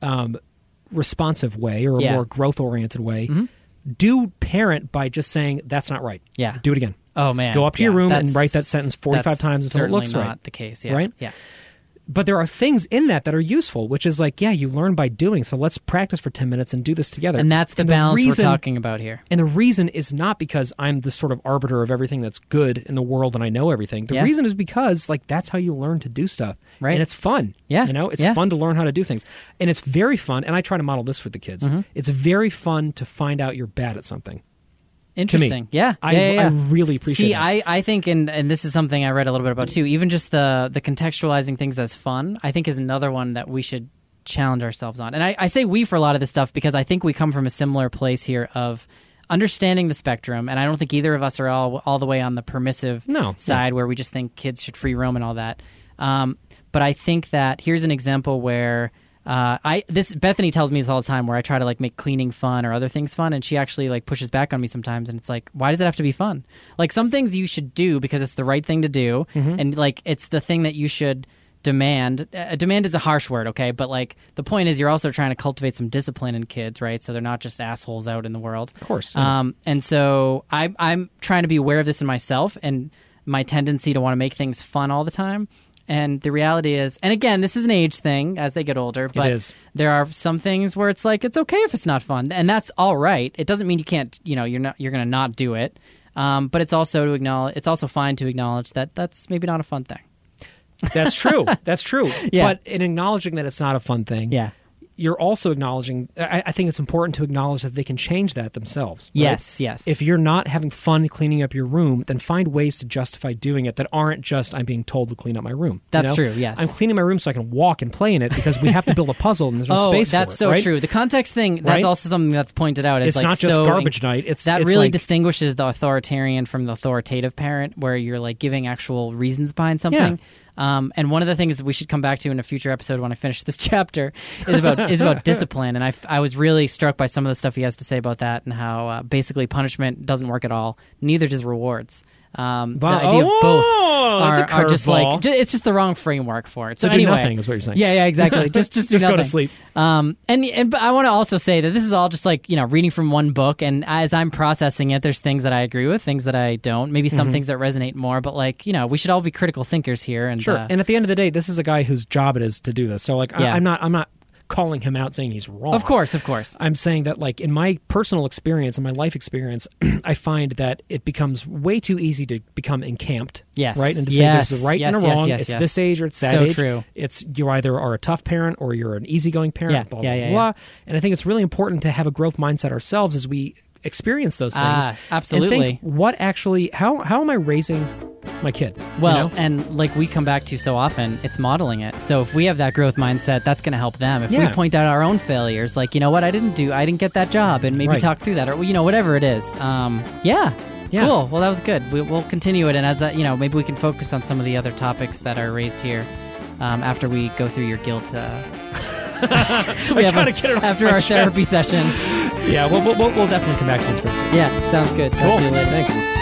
um, responsive way or a Yeah. Mm-hmm. more growth oriented way do parent by just saying that's not right. Yeah. do it again. Oh man! Go up to your Yeah, room and that's- write that sentence 45 that's times until it certainly looks not right. The case, yeah, Right? Yeah, but there are things in that that are useful, which is like, yeah, you learn by doing. So let's practice for 10 minutes and do this together. and that's the balance reason- we're talking about here. And the reason is not because I'm this sort of arbiter of everything that's good in the world and I know everything. The Yeah. reason is because like that's how you learn to do stuff. Right. And it's fun. Yeah. You know, it's Yeah. fun to learn how to do things. And it's very fun. And I try to model this with the kids. Mm-hmm. It's very fun to find out you're bad at something. Interesting. Yeah, I, yeah, yeah, yeah. I really appreciate See, that. I, I think, and, and this is something I read a little bit about too. Even just the the contextualizing things as fun, I think, is another one that we should challenge ourselves on. And I, I say we for a lot of this stuff because I think we come from a similar place here of understanding the spectrum. And I don't think either of us are all all the way on the permissive No, no. side where we just think kids should free roam and all that. Um, but I think that here's an example where. Uh, I this Bethany tells me this all the time where I try to like make cleaning fun or other things fun and she actually like pushes back on me sometimes and it's like why does it have to be fun? Mm-hmm. Like some things you should do because it's the right thing to do and like it's the thing that you should demand uh, demand is a harsh word okay but like the point is you're also trying to cultivate some discipline in kids right so they're not just assholes out in the world Of course. yeah. um, and so I, i'm trying to be aware of this in myself and my tendency to want to make things fun all the time and the reality is and again this is an age thing as they get older but is. there are some things where it's like it's okay if it's not fun and that's all right it doesn't mean you can't you know you're not you're gonna not do it um, but it's also to acknowledge it's also fine to acknowledge that that's maybe not a fun thing That's true. That's true. Yeah. But in acknowledging that it's not a fun thing, yeah you're also acknowledging. I, I think it's important to acknowledge that they can change that themselves. right? yes yes If you're not having fun cleaning up your room, then find ways to justify doing it that aren't just I'm being told to clean up my room. you That's know? true, yes. I'm cleaning my room so I can walk and play in it because we have to build a puzzle and there's no oh, space for it. that's so right? true. The context thing, that's Right? also something that's pointed out. It's, It's like not just so garbage night, it's- that it's really like- distinguishes the authoritarian from the authoritative parent, where you're like giving actual reasons behind something. Um, and one of the things that we should come back to in a future episode when I finish this chapter is about is about discipline. And I, f- I was really struck by some of the stuff he has to say about that and how uh, basically punishment doesn't work at all. Neither does rewards. Um, Wow. The idea of both Oh, that's are, a are just curveball. like ju- it's just the wrong framework for it. So, So do anyway, nothing is what you're saying. Yeah, yeah, exactly. Just just do Just go to nothing. sleep. Um, and and but I want to also say that this is all just like you know reading from one book, and as I'm processing it, there's things that I agree with, things that I don't, maybe Mm-hmm. some things that resonate more. But like you know, we should all be critical thinkers here, and Sure. uh, and at the end of the day, this is a guy whose job it is to do this. So like, Yeah. I, I'm not, I'm not calling him out saying he's wrong. of course, of course, I'm saying that like in my personal experience and my life experience, I find that it becomes way too easy to become encamped. Yes. Right. And to Yes, say there's a right and a yes, yes, wrong. yes, it's yes. this age or it's that So age. true. It's you either are a tough parent or you're an easygoing parent. Yeah, Blah yeah, blah yeah, blah. And I think it's really important to have a growth mindset ourselves as we experience those things. Ah, and absolutely. think what actually? How how am I raising my kid? you Well, eh. know? and like we come back to so often, it's modeling it. So if we have that growth mindset, that's going to help them. If Yeah. we point out our own failures, like you know what I didn't do, I didn't get that job, and maybe Right. talk through that, or you know whatever it is. Um, yeah, Yeah. cool. Well, that was good. We, we'll continue it, and as that, you know, maybe we can focus on some of the other topics that are raised here um, after we go through your guilt. Uh, we I have a- gotta get it off after my our chest. therapy session. yeah. We'll, we'll, we'll we'll definitely come back to this very soon. Yeah, sounds good. Talk to you later. Thanks.